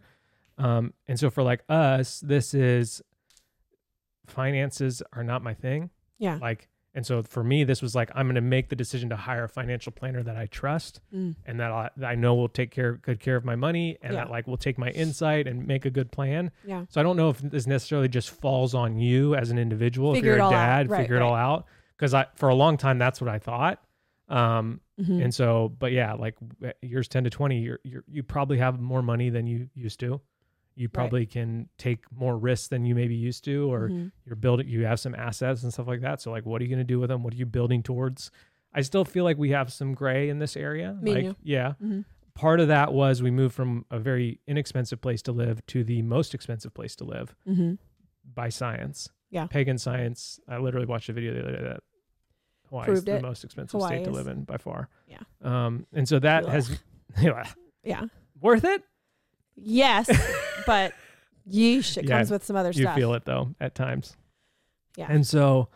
Speaker 1: Um, and so, for like us, this is finances are not my thing.
Speaker 2: Yeah.
Speaker 1: like and so for me this was like i'm going to make the decision to hire a financial planner that i trust
Speaker 2: Mm.
Speaker 1: and that I, that I know will take care good care of my money and that
Speaker 2: Yeah.
Speaker 1: like will take my insight and make a good plan
Speaker 2: Yeah.
Speaker 1: so i don't know if this necessarily just falls on you as an individual
Speaker 2: Figure
Speaker 1: if
Speaker 2: it
Speaker 1: you're a
Speaker 2: all out.
Speaker 1: dad
Speaker 2: Right,
Speaker 1: figure it all out because i for a long time that's what i thought um
Speaker 2: Mhm.
Speaker 1: and so but yeah like w- years 10 to 20 you're, you're you probably have more money than you used to you probably can take more risks than you maybe used to or
Speaker 2: Mhm.
Speaker 1: you're building you have some assets and stuff like that so like what are you going to do with them what are you building towards i still feel like we have some gray in this area
Speaker 2: Me and
Speaker 1: like
Speaker 2: you.
Speaker 1: yeah
Speaker 2: Mhm.
Speaker 1: part of that was we moved from a very inexpensive place to live to the most expensive place to live
Speaker 2: Mhm.
Speaker 1: by science
Speaker 2: Yeah.
Speaker 1: pagan science i literally watched a video the other day that Hawaii is
Speaker 2: Proved
Speaker 1: the
Speaker 2: it.
Speaker 1: most expensive
Speaker 2: Hawaii
Speaker 1: state to
Speaker 2: is.
Speaker 1: live in by far.
Speaker 2: Yeah.
Speaker 1: Um, and so that
Speaker 2: Ugh.
Speaker 1: has
Speaker 2: Yeah.
Speaker 1: worth it.
Speaker 2: Yes. but yeesh, it
Speaker 1: Yeah,
Speaker 2: comes with some other
Speaker 1: You
Speaker 2: stuff.
Speaker 1: feel it though at times.
Speaker 2: Yeah.
Speaker 1: And so,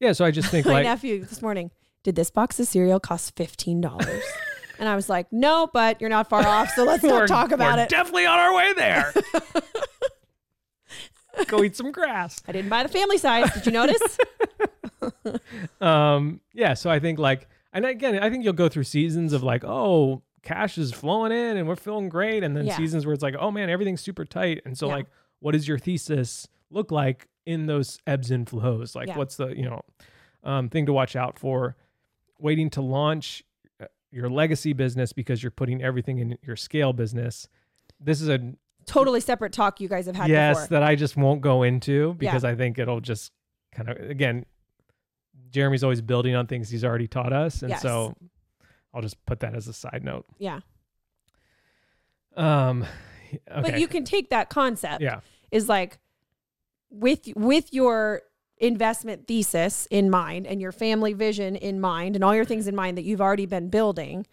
Speaker 1: yeah, so I just think
Speaker 2: My
Speaker 1: like,
Speaker 2: nephew this morning, did this box of cereal cost $15? and I was like, no, but you're not far off. So let's
Speaker 1: we're-
Speaker 2: not talk about
Speaker 1: we're
Speaker 2: it.
Speaker 1: definitely on our way there. Go eat some grass.
Speaker 2: I didn't buy the family size. Did you notice?
Speaker 1: um yeah so i think like and again i think you'll go through seasons of like oh cash is flowing in and we're feeling great and then
Speaker 2: Yeah.
Speaker 1: seasons where it's like oh man everything's super tight and so
Speaker 2: Yeah.
Speaker 1: like what does your thesis look like in those ebbs and flows like
Speaker 2: Yeah.
Speaker 1: what's the you know um, thing to watch out for waiting to launch uh, your legacy business because you're putting everything in your scale business this is a
Speaker 2: totally separate talk you guys have had
Speaker 1: yes
Speaker 2: before.
Speaker 1: that i just won't go into because i think it'll just kind of again jeremy's always building on things he's already taught us and
Speaker 2: Yes.
Speaker 1: so i'll just put that as a side note
Speaker 2: yeah.
Speaker 1: um okay
Speaker 2: But you can take that concept
Speaker 1: yeah
Speaker 2: is like with with your investment thesis in mind and your family vision in mind and all your things in mind that you've already been building,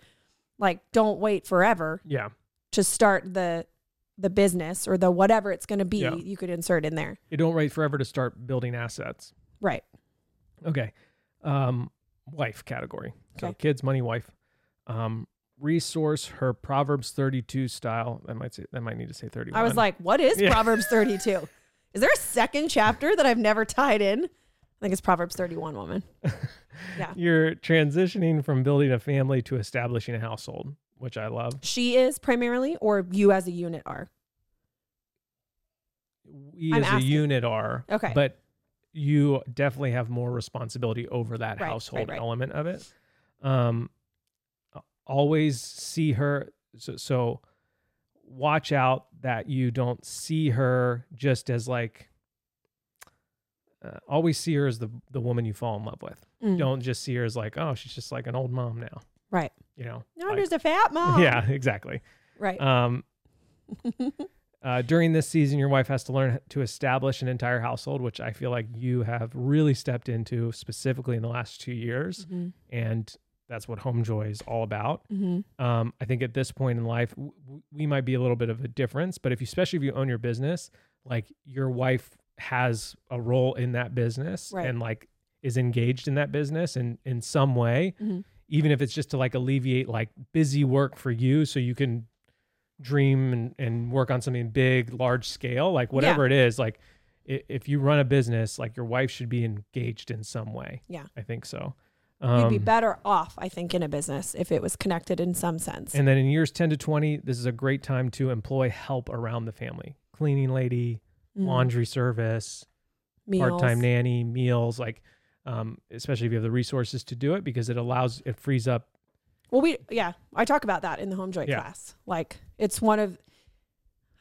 Speaker 2: like don't wait forever
Speaker 1: yeah
Speaker 2: to start the the business or the whatever it's going to be
Speaker 1: Yeah.
Speaker 2: you could insert in there.
Speaker 1: you don't wait forever to start building assets
Speaker 2: Right.
Speaker 1: Okay. Um, wife category. So
Speaker 2: Okay.
Speaker 1: kids, money, wife. Um, resource her Proverbs 32 style. That might say, that might need to say 31.
Speaker 2: I was like, what is
Speaker 1: Yeah.
Speaker 2: Proverbs 32? Is there a second chapter that I've never tied in? I think it's Proverbs 31 woman.
Speaker 1: you're transitioning from building a family to establishing a household, which I love.
Speaker 2: She is primarily or you as a unit are.
Speaker 1: We
Speaker 2: I'm
Speaker 1: as
Speaker 2: asking.
Speaker 1: a unit are
Speaker 2: Okay.
Speaker 1: but you definitely have more responsibility over that
Speaker 2: Right, right,
Speaker 1: household
Speaker 2: right.
Speaker 1: element of it. Um, always see her. So, so watch out that you don't see her just as like. Uh, always see her as the the woman you fall in love with.
Speaker 2: Mm.
Speaker 1: Don't just see her as like, oh, she's just like an old mom now.
Speaker 2: Right.
Speaker 1: You know.
Speaker 2: No,
Speaker 1: like-
Speaker 2: there's a fat mom.
Speaker 1: Yeah, exactly.
Speaker 2: Right.
Speaker 1: Um, uh, during this season, your wife has to learn to establish an entire household, which I feel like you have really stepped into specifically in the last two years.
Speaker 2: Mhm.
Speaker 1: And that's what Home Joy is all about.
Speaker 2: Mm-hmm.
Speaker 1: Um, I think at this point in life, w- w- we might be a little bit of a difference, but if you, especially if you own your business, like your wife has a role in that business
Speaker 2: Right.
Speaker 1: and like is engaged in that business and in some way,
Speaker 2: Mhm.
Speaker 1: even if it's just to like alleviate like busy work for you so you can dream and, and work on something big, large scale, like whatever it is, like i- if you run a business, like your wife should be engaged in some way.
Speaker 2: Yeah.
Speaker 1: I think so.
Speaker 2: You'd be
Speaker 1: Um,
Speaker 2: better off, I think, in a business if it was connected in some sense.
Speaker 1: And then in years 10 to 20, this is a great time to employ help around the family cleaning lady,
Speaker 2: Mm.
Speaker 1: laundry service,
Speaker 2: Meals.
Speaker 1: part time nanny, meals, like, um, especially if you have the resources to do it because it allows, it frees up.
Speaker 2: Well, we yeah, I talk about that in the home joy
Speaker 1: Yeah.
Speaker 2: class. Like it's one of.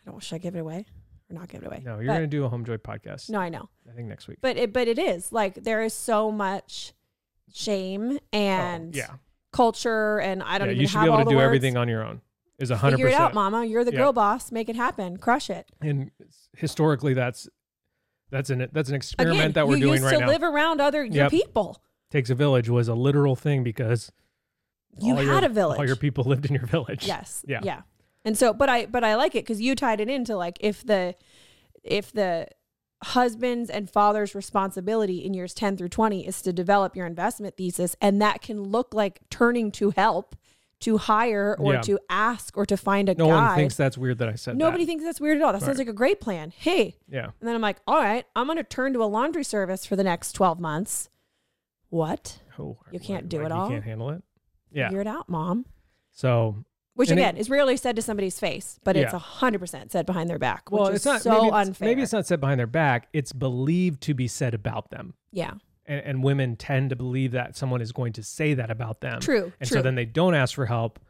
Speaker 2: I don't. Should I give it away or not give it away?
Speaker 1: No, you're
Speaker 2: But-
Speaker 1: going to do a home joy podcast,
Speaker 2: No, I know,
Speaker 1: I think next week.
Speaker 2: but it but it is like there is so much shame
Speaker 1: Oh,
Speaker 2: and
Speaker 1: yeah.
Speaker 2: culture, and I don't
Speaker 1: yeah.
Speaker 2: even
Speaker 1: You should
Speaker 2: have
Speaker 1: be able
Speaker 2: all
Speaker 1: to
Speaker 2: the
Speaker 1: do
Speaker 2: words.
Speaker 1: everything on your own, is a 100%.
Speaker 2: Figure it out, Mama. You're the
Speaker 1: Yeah.
Speaker 2: girl boss. Make it happen. Crush it.
Speaker 1: And historically, that's. That's an that's an experiment
Speaker 2: Again,
Speaker 1: that we're
Speaker 2: you
Speaker 1: doing
Speaker 2: used
Speaker 1: right
Speaker 2: to
Speaker 1: now.
Speaker 2: live around other your
Speaker 1: Yep.
Speaker 2: people.
Speaker 1: Takes a village was a literal thing because
Speaker 2: You
Speaker 1: all
Speaker 2: had
Speaker 1: your-
Speaker 2: a village.
Speaker 1: All your people lived in your village.
Speaker 2: Yes.
Speaker 1: Yeah.
Speaker 2: Yeah. And so, but I, but I like it because you tied it into like if the, if the husband's and father's responsibility in years 10 through 20 is to develop your investment thesis, and that can look like turning to help, to hire, or
Speaker 1: Yeah.
Speaker 2: to ask, or to find a
Speaker 1: No one
Speaker 2: guy.
Speaker 1: thinks that's weird that I said
Speaker 2: Nobody
Speaker 1: that.
Speaker 2: thinks that's weird at all. That sounds
Speaker 1: Right.
Speaker 2: like a great plan. Hey,
Speaker 1: Yeah.
Speaker 2: and then I'm like, all right, I'm going to turn to a laundry service for the next 12 months. What?
Speaker 1: Oh,
Speaker 2: You can't
Speaker 1: like-
Speaker 2: do
Speaker 1: like
Speaker 2: it
Speaker 1: you
Speaker 2: all?
Speaker 1: can't handle it. Yeah.
Speaker 2: Figure it out, mom.
Speaker 1: So,
Speaker 2: Which
Speaker 1: And it-
Speaker 2: again is rarely said to somebody's face, but it's
Speaker 1: Yeah.
Speaker 2: it's hundred percent said behind their back, which
Speaker 1: well,
Speaker 2: is
Speaker 1: it's not
Speaker 2: so
Speaker 1: maybe it's,
Speaker 2: unfair.
Speaker 1: Maybe it's not said behind their back. It's believed to be said about them,
Speaker 2: Yeah,
Speaker 1: and, and women tend to believe that someone is going to say that about them.
Speaker 2: True,
Speaker 1: And
Speaker 2: true.
Speaker 1: so then they don't ask for help,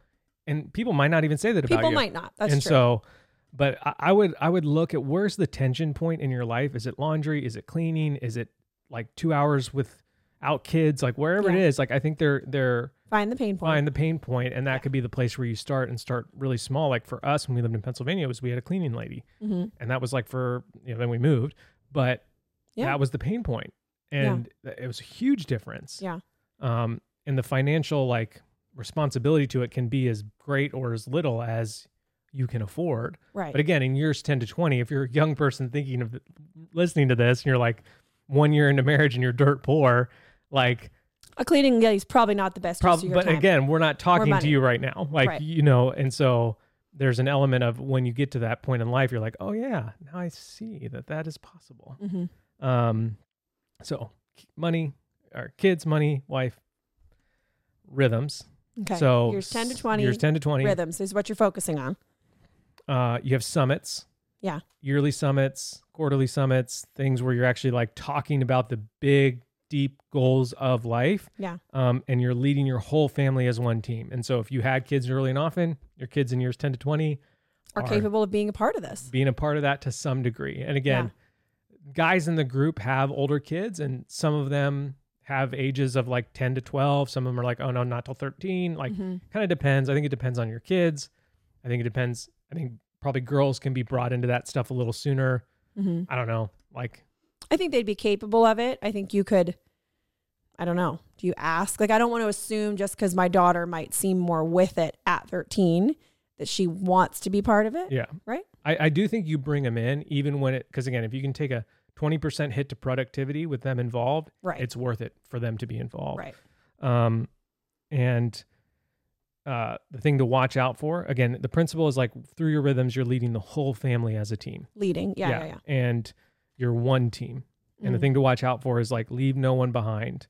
Speaker 1: and people might not even say that about
Speaker 2: people
Speaker 1: you.
Speaker 2: might not. That's
Speaker 1: and
Speaker 2: true.
Speaker 1: so, but I, I would I would look at where's the tension point in your life? Is it laundry? Is it cleaning? Is it like two hours without kids? Like wherever it
Speaker 2: Yeah.
Speaker 1: is, like I think they're they're
Speaker 2: find the pain point.
Speaker 1: find the pain point and that could be the place where you start and start really small like for us when we lived in pennsylvania was we had a cleaning lady
Speaker 2: Mhm.
Speaker 1: and that was like for you know then we moved but
Speaker 2: Yeah.
Speaker 1: that was the pain point and th- it was a huge difference
Speaker 2: Yeah.
Speaker 1: um and the financial like responsibility to it can be as great or as little as you can afford
Speaker 2: Right.
Speaker 1: but again in years 10 to 20 if you're a young person thinking of listening to this and you're like one year into marriage and you're dirt poor, like
Speaker 2: A cleaning lady is probably not the best use
Speaker 1: prob-
Speaker 2: of your
Speaker 1: but
Speaker 2: time.
Speaker 1: again, we're not talking to
Speaker 2: money.
Speaker 1: you right now. Like,
Speaker 2: Right.
Speaker 1: you know, and so there's an element of when you get to that point in life, you're like, oh yeah, now I see that that is possible.
Speaker 2: Mhm.
Speaker 1: Um, so money, our kids, money, wife, rhythms.
Speaker 2: Okay.
Speaker 1: So
Speaker 2: years 10 to
Speaker 1: s-
Speaker 2: 20
Speaker 1: Years 10 to 20.
Speaker 2: rhythms is what you're focusing on.
Speaker 1: Uh, you have summits.
Speaker 2: Yeah.
Speaker 1: Yearly summits, quarterly summits, things where you're actually like talking about the big, deep goals of life.
Speaker 2: Yeah.
Speaker 1: Um, and you're leading your whole family as one team. And so if you had kids early and often, your kids in years 10 to 20
Speaker 2: Are capable of being a part of this.
Speaker 1: being a part of that to some degree. And again, guys in the group have older kids, and some of them have ages of like 10 to 12. Some of them are like, oh no, not till 13. Like,
Speaker 2: Mm-hmm.
Speaker 1: kind of depends. I think it depends on your kids. I think it depends. I think probably girls can be brought into that stuff a little sooner.
Speaker 2: Mhm.
Speaker 1: I don't know. Like,
Speaker 2: I think they'd be capable of it. I think you could, I don't know. Do you ask? Like, I don't want to assume just because my daughter might seem more with it at 13 that she wants to be part of it.
Speaker 1: yeah.
Speaker 2: Right?
Speaker 1: I, I do think you bring them in, even when it, because again, if you can take a 20% hit to productivity with them involved,
Speaker 2: Right.
Speaker 1: it's worth it for them to be involved.
Speaker 2: right.
Speaker 1: Um, and uh, the thing to watch out for again, the principle is like through your rhythms, you're leading the whole family as a team.
Speaker 2: Leading. Yeah. Yeah. Yeah. Mm-hmm.
Speaker 1: And you're one team. And the thing to watch out for is like leave no one behind.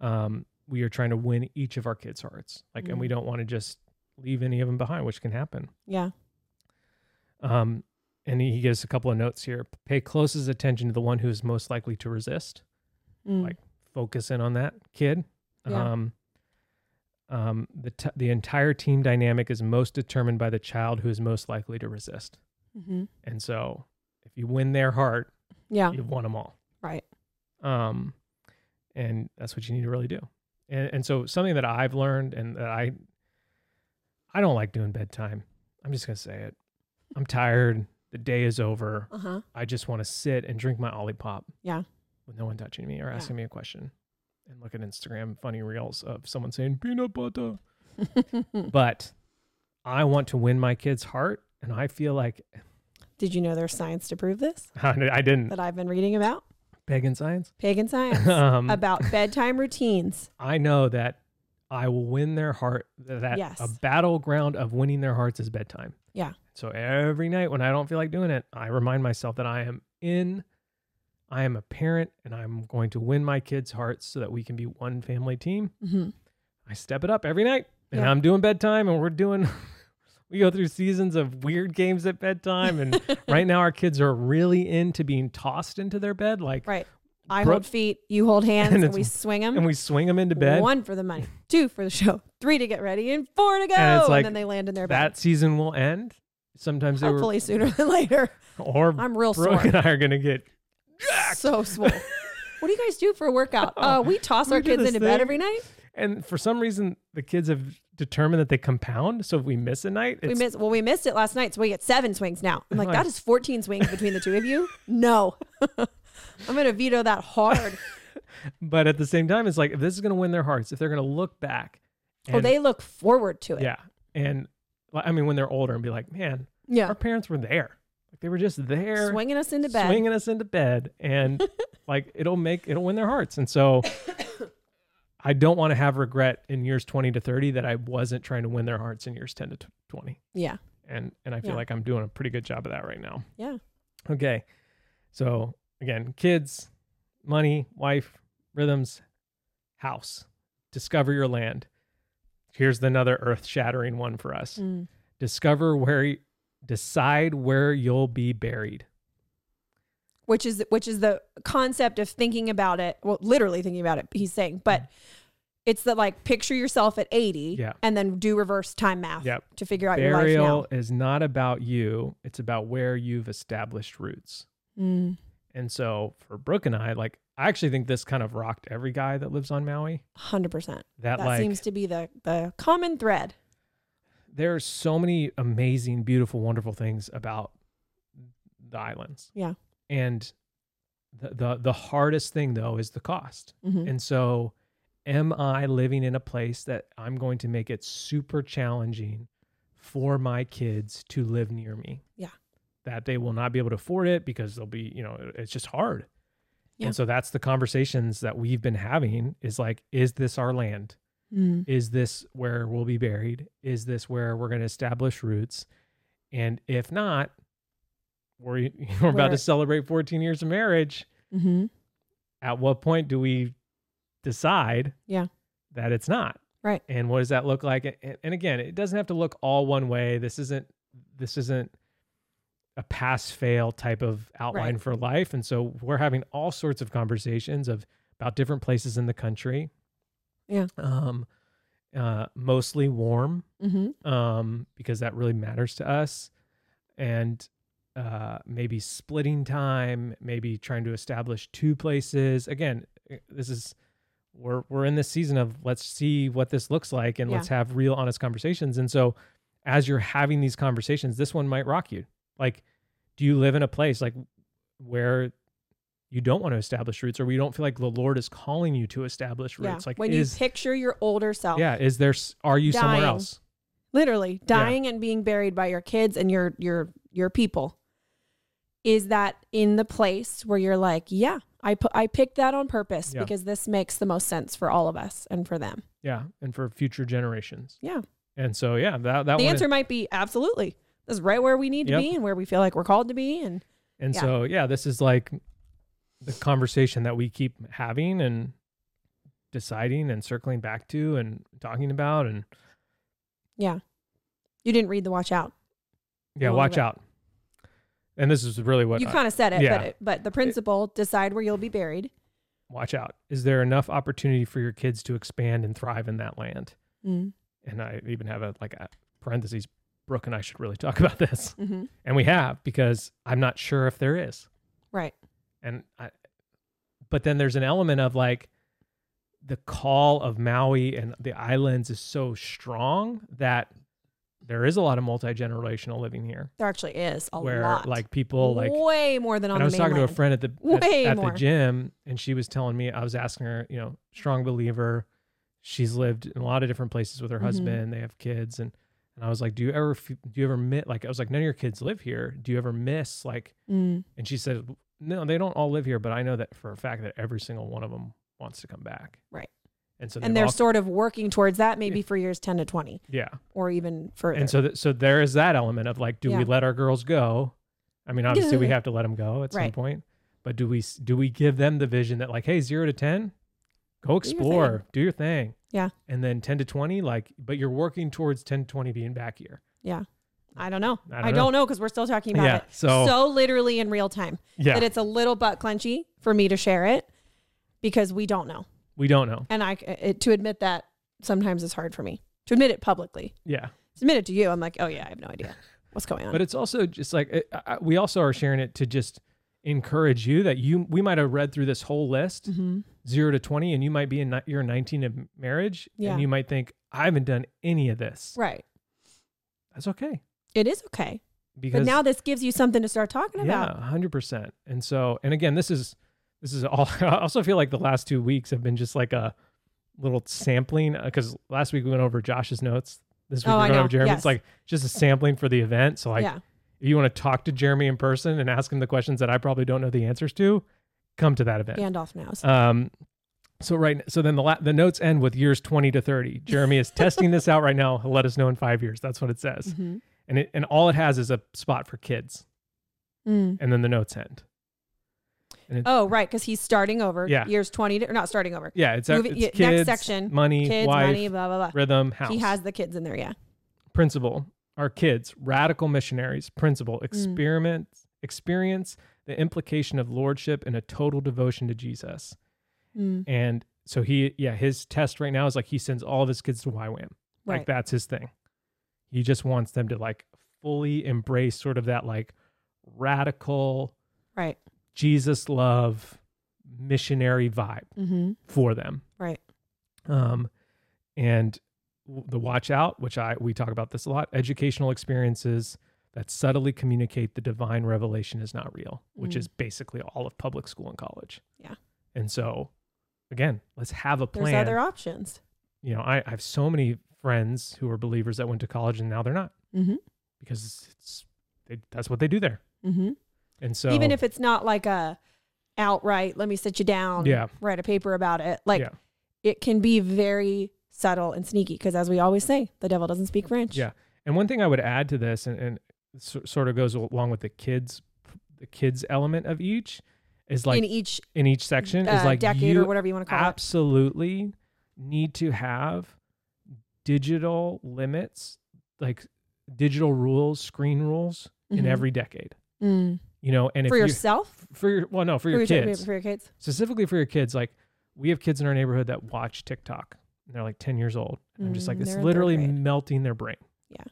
Speaker 1: Um, we are trying to win each of our kids' hearts, like, and we
Speaker 2: Mm-hmm.
Speaker 1: don't want to just leave any of them behind, which can happen.
Speaker 2: Yeah.
Speaker 1: Um, and he he gives a couple of notes here. Pay closest attention to the one who is most likely to resist.
Speaker 2: Mm.
Speaker 1: Like- focus in on that kid.
Speaker 2: Yeah.
Speaker 1: Um, um, the t- the entire team dynamic is most determined by the child who is most likely to resist.
Speaker 2: Mhm.
Speaker 1: And so, if you win their heart,
Speaker 2: Yeah.
Speaker 1: you've won them all.
Speaker 2: Right.
Speaker 1: Um, and that's what you need to really do. And, and so, something that I've learned, and that I, I don't like doing bedtime. I'm just gonna say it. I'm tired. The day is over.
Speaker 2: Uh huh.
Speaker 1: I just want to sit and drink my Olipop.
Speaker 2: Yeah.
Speaker 1: With no one touching me or
Speaker 2: Yeah.
Speaker 1: asking me a question and look at Instagram funny reels of someone saying peanut butter. but I want to win my kid's heart. And I feel like
Speaker 2: Did you know there's science to prove this
Speaker 1: I didn't
Speaker 2: that I've been reading about?
Speaker 1: pagan science.
Speaker 2: Pagan science
Speaker 1: Mm. Um,
Speaker 2: about bedtime routines.
Speaker 1: I know that I will win their heart. That
Speaker 2: Yes.
Speaker 1: a battleground of winning their hearts is bedtime.
Speaker 2: Yeah.
Speaker 1: So every night when I don't feel like doing it, I remind myself that I am in, I am a parent, and I'm going to win my kids' hearts so that we can be one family team.
Speaker 2: Mhm.
Speaker 1: I step it up every night, and
Speaker 2: Yeah.
Speaker 1: I'm doing bedtime, and we're doing. We go through seasons of weird games at bedtime, and right now our kids are really into being tossed into their bed, like,
Speaker 2: Right. I
Speaker 1: Bro-
Speaker 2: hold feet, you hold hands,
Speaker 1: And
Speaker 2: and,
Speaker 1: it's-
Speaker 2: we swing them.
Speaker 1: and we swing them into bed.
Speaker 2: One for the money, two for the show, three to get ready, and four to go.
Speaker 1: And
Speaker 2: And,
Speaker 1: it's like
Speaker 2: then they land in their bed.
Speaker 1: that season will end. Sometimes they were
Speaker 2: Hopefully sooner than later.
Speaker 1: or
Speaker 2: I'm real
Speaker 1: Brooke
Speaker 2: sore.
Speaker 1: and I are gonna get
Speaker 2: So swole. what do you guys do for a workout? Uh, we toss
Speaker 1: Oh, We
Speaker 2: our
Speaker 1: do
Speaker 2: kids
Speaker 1: this
Speaker 2: into bed
Speaker 1: thing.
Speaker 2: every night.
Speaker 1: and for some reason the kids have determined that they compound. So if we miss a night,
Speaker 2: We
Speaker 1: it's
Speaker 2: miss well, we missed it last night, so we get seven swings now. I'm like,
Speaker 1: Nice.
Speaker 2: that is 14 swings between the two of you. No, I'm gonna veto that hard.
Speaker 1: but at the same time, it's like if this is gonna win their hearts, if they're gonna look back and
Speaker 2: oh, they look forward to it.
Speaker 1: Yeah. And well, I mean when they're older and be like, Man,
Speaker 2: Yeah.
Speaker 1: our parents were there. Like they were just there
Speaker 2: swinging us into bed.
Speaker 1: swinging us into bed and like it'll make it'll win their hearts. And so I don't want to have regret in years 20 to 30 that I wasn't trying to win their hearts in years 10 to tw- 20.
Speaker 2: Yeah,
Speaker 1: and and I feel
Speaker 2: Yeah.
Speaker 1: like I'm doing a pretty good job of that right now.
Speaker 2: yeah,
Speaker 1: Okay. So again, kids, money, wife, rhythms, house. Discover your land. Here's another earth-shattering one for us.
Speaker 2: Mm.
Speaker 1: Discover where decide where you'll be buried.
Speaker 2: which is which is the concept of thinking about it. Well, literally thinking about it. He's saying, but it's the like picture yourself at 80,
Speaker 1: Mm. Yeah.
Speaker 2: and then do reverse time math
Speaker 1: Yep.
Speaker 2: to figure out your life
Speaker 1: Burial is not about you, it's about where you've established roots.
Speaker 2: now. Mm.
Speaker 1: And so for Brooke and I, like I actually think this kind of rocked every guy that lives on Maui.
Speaker 2: 100%.
Speaker 1: That,
Speaker 2: That
Speaker 1: like
Speaker 2: seems to be the the common thread.
Speaker 1: there are so many amazing, beautiful, wonderful things about the islands.
Speaker 2: Yeah.
Speaker 1: And the the, the hardest thing though is the cost.
Speaker 2: Mhm.
Speaker 1: And so am I living in a place that I'm going to make it super challenging for my kids to live near me?
Speaker 2: Yeah.
Speaker 1: That they will not be able to afford it because they'll be, you know, it- it's just hard.
Speaker 2: Yeah.
Speaker 1: And so that's the conversations that we've been having is like, is this our land?
Speaker 2: Mm-hmm.
Speaker 1: Is this where we'll be buried? Is this where we're going to establish roots? And if not, we're, we're about
Speaker 2: We're-
Speaker 1: to celebrate 14 years of marriage.
Speaker 2: Mm-hmm.
Speaker 1: At what point do we decide
Speaker 2: Yeah.
Speaker 1: that it's not?
Speaker 2: Right.
Speaker 1: And what does that look like? And, and again, it doesn't have to look all one way. This isn't this isn't a pass fail type of outline
Speaker 2: Right.
Speaker 1: for life. And so we're having all sorts of conversations of about different places in the country.
Speaker 2: Yeah.
Speaker 1: Um uh mostly warm
Speaker 2: Mm-hmm.
Speaker 1: um, because that really matters to us. And uh, maybe splitting time, maybe trying to establish two places. Again, eh, this is we're we're in this season of let's see what this looks like and
Speaker 2: Yeah.
Speaker 1: let's have real honest conversations. And so as you're having these conversations, this one might rock you. Like, do you live in a place like where you don't want to establish roots or where you don't feel like the Lord is calling you to establish
Speaker 2: Yeah.
Speaker 1: roots? Like
Speaker 2: when
Speaker 1: is
Speaker 2: you picture your older self,
Speaker 1: yeah, is there s- are you somewhere
Speaker 2: Dying.
Speaker 1: else?
Speaker 2: literally dying and being buried by your kids and your your your people, is that in the place where you're like, yeah, I put I picked that on purpose
Speaker 1: Yeah.
Speaker 2: because this makes the most sense for all of us and for them.
Speaker 1: Yeah, and for future generations.
Speaker 2: Yeah.
Speaker 1: And so yeah, that that
Speaker 2: the
Speaker 1: one.
Speaker 2: answer might be absolutely. This is right where we need
Speaker 1: Yep.
Speaker 2: to be and where we feel like we're called to be. And
Speaker 1: and
Speaker 2: yeah.
Speaker 1: so yeah, this is like the conversation that we keep having and deciding and circling back to and talking about and
Speaker 2: yeah, you didn't read the watch out.
Speaker 1: yeah,
Speaker 2: A little
Speaker 1: watch
Speaker 2: bit.
Speaker 1: out. And this is really what
Speaker 2: you
Speaker 1: I-
Speaker 2: kind of said it,
Speaker 1: yeah.
Speaker 2: but it, but the principle decide where you'll be buried.
Speaker 1: watch out. Is there enough opportunity for your kids to expand and thrive in that land? And I even have a like a parentheses. Brooke and I should really talk about this,
Speaker 2: Mm-hmm.
Speaker 1: and we have because I'm not sure if there is.
Speaker 2: Right.
Speaker 1: and I, but then there's an element of like the call of Maui and the islands is so strong that there is a lot of multi generational living here,
Speaker 2: There actually is a
Speaker 1: where
Speaker 2: lot.
Speaker 1: like people like.
Speaker 2: way more than on
Speaker 1: And I
Speaker 2: the
Speaker 1: was talking to a
Speaker 2: mainland.
Speaker 1: friend at the at,
Speaker 2: Way
Speaker 1: at the
Speaker 2: more.
Speaker 1: gym, and she was telling me I was asking her, you know, strong believer. She's lived in a lot of different places with her
Speaker 2: Mhm.
Speaker 1: husband. They have kids, and and I was like, do you ever f- do you ever miss like I was like none of your kids live here. Do you ever miss like
Speaker 2: Mm.
Speaker 1: and she said, No, they don't all live here, but I know that for a fact that every single one of them wants to come back.
Speaker 2: Right.
Speaker 1: And so
Speaker 2: and
Speaker 1: they've
Speaker 2: they're
Speaker 1: all-
Speaker 2: sort of working towards that maybe for years 10 to 20
Speaker 1: yeah.
Speaker 2: or even further.
Speaker 1: And so th- so there is that element of like, do we
Speaker 2: Yeah.
Speaker 1: let our girls go? I mean, obviously we
Speaker 2: Yeah.
Speaker 1: have to let them go at some
Speaker 2: Right.
Speaker 1: point, but do we s- do we give them the vision that like, hey, zero to ten, go
Speaker 2: Do your thing.
Speaker 1: explore, do your thing,
Speaker 2: Yeah.
Speaker 1: and then ten to twenty, like, but you're working towards ten to twenty being back here.
Speaker 2: I don't know.
Speaker 1: I don't
Speaker 2: I don't know because we're still talking about
Speaker 1: Yeah,
Speaker 2: it.
Speaker 1: so-
Speaker 2: literally in real time
Speaker 1: Yeah,
Speaker 2: that it's a little butt clenchy for me to share it because we don't know.
Speaker 1: we don't know.
Speaker 2: And I uh, it, to admit that sometimes is hard for me to admit it publicly.
Speaker 1: Yeah,
Speaker 2: To admit it to you, I'm like, oh yeah, I have no idea what's going on.
Speaker 1: but it's also just like it, I, I- we also are sharing it to just encourage you that you we might have read through this whole list
Speaker 2: mm-hmm.
Speaker 1: zero to 20 and you might be in ni- year 19 of marriage
Speaker 2: Yeah.
Speaker 1: and you might think i haven't done any of this
Speaker 2: Right.
Speaker 1: that's okay
Speaker 2: It is okay.
Speaker 1: because
Speaker 2: but now this gives you something to start talking about.
Speaker 1: yeah 100% and so and again this is this is all i also feel like the last two weeks have been just like a little sampling because last week we went over josh's notes this week
Speaker 2: Oh,
Speaker 1: we're
Speaker 2: I
Speaker 1: going
Speaker 2: know.
Speaker 1: over jeremy's
Speaker 2: Yes.
Speaker 1: like just a sampling for the event so like
Speaker 2: yeah.
Speaker 1: if you want to talk to jeremy in person and ask him the questions that i probably don't know the answers to come to that event
Speaker 2: Gandalf knows.
Speaker 1: Um, so right, so then the la- the notes end with years twenty to thirty. Jeremy is testing this out right now. He'll let us know in five years. That's what it says,
Speaker 2: Mhm.
Speaker 1: and it and all it has is a spot for kids,
Speaker 2: Mm.
Speaker 1: and then the notes end.
Speaker 2: Oh, right, because he's starting over.
Speaker 1: Yeah.
Speaker 2: Years 20, to, or not starting over.
Speaker 1: Yeah, it's,
Speaker 2: Moving-
Speaker 1: it's
Speaker 2: yeah, next
Speaker 1: kids,
Speaker 2: section.
Speaker 1: money,
Speaker 2: Kids,
Speaker 1: wife,
Speaker 2: money, blah, blah, blah.
Speaker 1: rhythm, house.
Speaker 2: He has the kids in there, yeah.
Speaker 1: principle our kids radical missionaries principle
Speaker 2: Mm.
Speaker 1: experiment experience the implication of lordship and a total devotion to jesus
Speaker 2: Mm.
Speaker 1: and so he yeah his test right now is like he sends all of his kids to ywam like
Speaker 2: Right.
Speaker 1: that's his thing he just wants them to like fully embrace sort of that like radical
Speaker 2: Right.
Speaker 1: jesus love missionary vibe
Speaker 2: Mm-hmm.
Speaker 1: for them
Speaker 2: Right.
Speaker 1: um, and w- the watch out, which I we talk about this a lot, educational experiences that subtly communicate the divine revelation is not real, which
Speaker 2: Mhm.
Speaker 1: is basically all of public school and college.
Speaker 2: Yeah.
Speaker 1: And so, again, let's have a
Speaker 2: There's
Speaker 1: plan.
Speaker 2: other options.
Speaker 1: you know, I, I have so many friends who are believers that went to college and now they're not
Speaker 2: Mm-hmm.
Speaker 1: because it's, it's they, that's what they do there.
Speaker 2: Mm-hmm.
Speaker 1: And so
Speaker 2: Even if it's not like a outright, let me sit you down,
Speaker 1: Yeah.
Speaker 2: write a paper about it. Like
Speaker 1: Yeah.
Speaker 2: it can be very subtle and sneaky because as we always say, the devil doesn't speak French.
Speaker 1: Yeah. And one thing I would add to this, and, and s- sort of goes along with the kids, the kids element of each, is like
Speaker 2: in
Speaker 1: in,
Speaker 2: each
Speaker 1: each section
Speaker 2: uh,
Speaker 1: is like
Speaker 2: decade
Speaker 1: you
Speaker 2: or whatever you want to call it.
Speaker 1: absolutely need to have digital limits, like digital rules, screen rules in
Speaker 2: Mhm.
Speaker 1: every decade.
Speaker 2: Mm.
Speaker 1: You know, and
Speaker 2: for
Speaker 1: if
Speaker 2: yourself,
Speaker 1: you, for your well, no, for your
Speaker 2: chi-
Speaker 1: kids
Speaker 2: for your kids.
Speaker 1: specifically for your kids. Like we have kids in our neighborhood that watch TikTok. And they're like ten years old. And I'm just like
Speaker 2: Mm,
Speaker 1: it's
Speaker 2: they're in third
Speaker 1: literally
Speaker 2: grade.
Speaker 1: melting their brain.
Speaker 2: Yeah.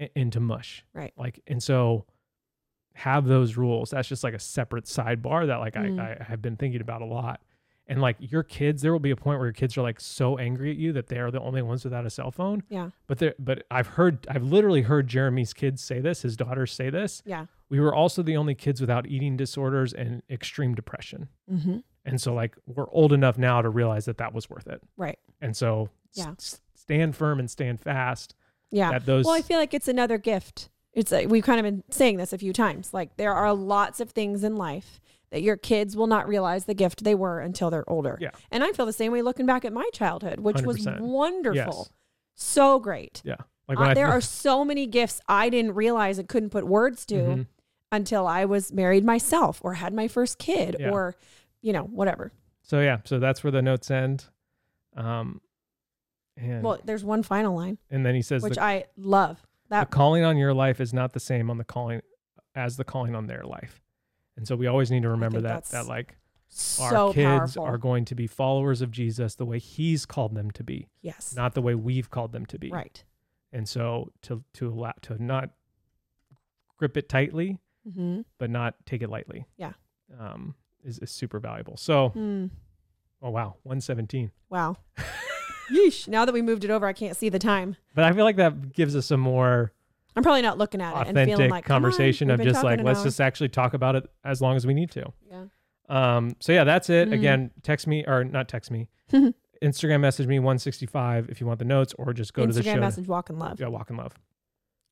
Speaker 1: i- into mush.
Speaker 2: Right.
Speaker 1: Like and so have those rules. That's just like a separate sidebar that like
Speaker 2: Mm.
Speaker 1: I, I have been thinking about a lot. And like your kids, there will be a point where your kids are like so angry at you that they are the only ones without a cell phone.
Speaker 2: Yeah.
Speaker 1: But there, but I've heard, I've literally heard Jeremy's kids say this, his daughters say this.
Speaker 2: Yeah.
Speaker 1: We were also the only kids without eating disorders and extreme depression.
Speaker 2: Mm-hmm.
Speaker 1: And so like we're old enough now to realize that that was worth it.
Speaker 2: Right.
Speaker 1: And so s-
Speaker 2: Yeah.
Speaker 1: s- stand firm and stand fast
Speaker 2: Yeah.
Speaker 1: that those
Speaker 2: Well, I feel like it's another gift. It's like, we've kind of been saying this a few times. Like there are lots of things in life that your kids will not realize the gift they were until they're older.
Speaker 1: Yeah.
Speaker 2: And I feel the same way looking back at my childhood, which was
Speaker 1: 100%.
Speaker 2: wonderful.
Speaker 1: Yes.
Speaker 2: So great.
Speaker 1: yeah. Like
Speaker 2: Uh,
Speaker 1: I
Speaker 2: there
Speaker 1: think-
Speaker 2: are so many gifts I didn't realize and couldn't put words to
Speaker 1: Mhm.
Speaker 2: until I was married myself or had my first kid
Speaker 1: Yeah.
Speaker 2: or, you know, whatever.
Speaker 1: So yeah, so that's where the notes end. Um, and
Speaker 2: Well, there's one final line,
Speaker 1: and then he says
Speaker 2: which
Speaker 1: the,
Speaker 2: I love.
Speaker 1: the
Speaker 2: That
Speaker 1: calling on your life is not the same on the calling as the calling on their life. And so we always need to remember
Speaker 2: think
Speaker 1: that that
Speaker 2: that's
Speaker 1: like our
Speaker 2: so
Speaker 1: kids
Speaker 2: powerful.
Speaker 1: are going to be followers of Jesus the way he's called them to be,
Speaker 2: yes.
Speaker 1: not the way we've called them to be.
Speaker 2: Right.
Speaker 1: And so to to allow to not grip it tightly,
Speaker 2: Mm-hmm.
Speaker 1: but not take it lightly.
Speaker 2: Yeah.
Speaker 1: Um is, is super valuable. So,
Speaker 2: Hmm.
Speaker 1: oh wow, 117.
Speaker 2: Wow. Yeesh. Now that we moved it over, I can't see the time.
Speaker 1: But I feel like that gives us some more
Speaker 2: I'm probably not looking at it and feeling
Speaker 1: authentic
Speaker 2: like "Come on,
Speaker 1: conversation
Speaker 2: we've
Speaker 1: of
Speaker 2: been
Speaker 1: just
Speaker 2: talking
Speaker 1: like
Speaker 2: an
Speaker 1: let's
Speaker 2: hour."
Speaker 1: just actually talk about it as long as we need to.
Speaker 2: yeah.
Speaker 1: Um, so yeah, that's it.
Speaker 2: Mhm.
Speaker 1: Again, text me or not text me, Instagram message me 165 if you want the notes, or just go to the
Speaker 2: Instagram
Speaker 1: show.
Speaker 2: message, walk in love.
Speaker 1: Yeah, walk in love,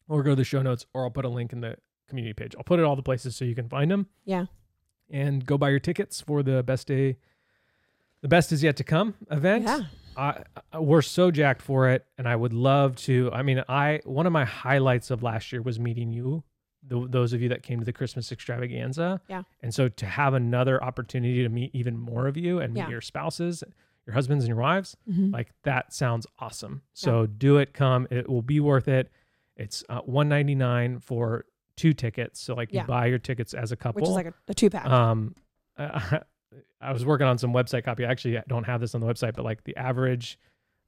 Speaker 1: or go to the show notes, or I'll put a link in the community page. I'll put it all the places so you can find them.
Speaker 2: Yeah.
Speaker 1: and go buy your tickets for the best day. The best is yet to come event.
Speaker 2: Yeah.
Speaker 1: I, I we're so jacked for it and i would love to i mean i one of my highlights of last year was meeting you th- those of you that came to the christmas extravaganza
Speaker 2: Yeah.
Speaker 1: and so to have another opportunity to meet even more of you and meet
Speaker 2: Yeah.
Speaker 1: your spouses your husbands and your wives
Speaker 2: Mhm.
Speaker 1: like that sounds awesome so do it come it will be worth it it's uh, 199 for two tickets so like
Speaker 2: Yeah.
Speaker 1: you buy your tickets as a couple
Speaker 2: Which is like a, a two pack.
Speaker 1: um, I, I was working on some website copy. I actually don't have this on the website, but like the average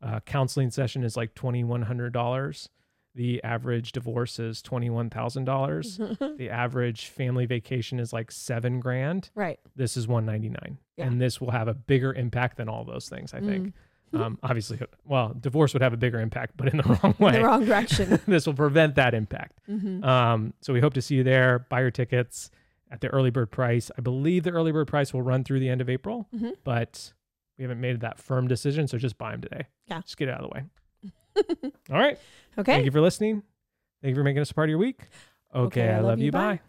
Speaker 1: uh, counseling session is like twenty one hundred dollars. The average divorce is twenty one thousand dollars.
Speaker 2: Mm-hmm.
Speaker 1: The average family vacation is like seven grand.
Speaker 2: right.
Speaker 1: This is one ninety nine,
Speaker 2: Yeah. Mm-hmm.
Speaker 1: and this will have a bigger impact than all those things. I
Speaker 2: Mm.
Speaker 1: think. Um, obviously, well, divorce would have a bigger impact, but in the wrong
Speaker 2: In
Speaker 1: way.
Speaker 2: the wrong direction.
Speaker 1: this will prevent that impact.
Speaker 2: hmm
Speaker 1: Um, so we hope to see you there. Buy your tickets at the early bird price. I believe the early bird price will run through the end of April,
Speaker 2: Mhm.
Speaker 1: but we haven't made that firm decision. So just buy them today.
Speaker 2: Yeah.
Speaker 1: Just get it out of the way. All right.
Speaker 2: Okay.
Speaker 1: Thank you for listening. Thank you for making us a part of your week. Okay. I, love, you. bye.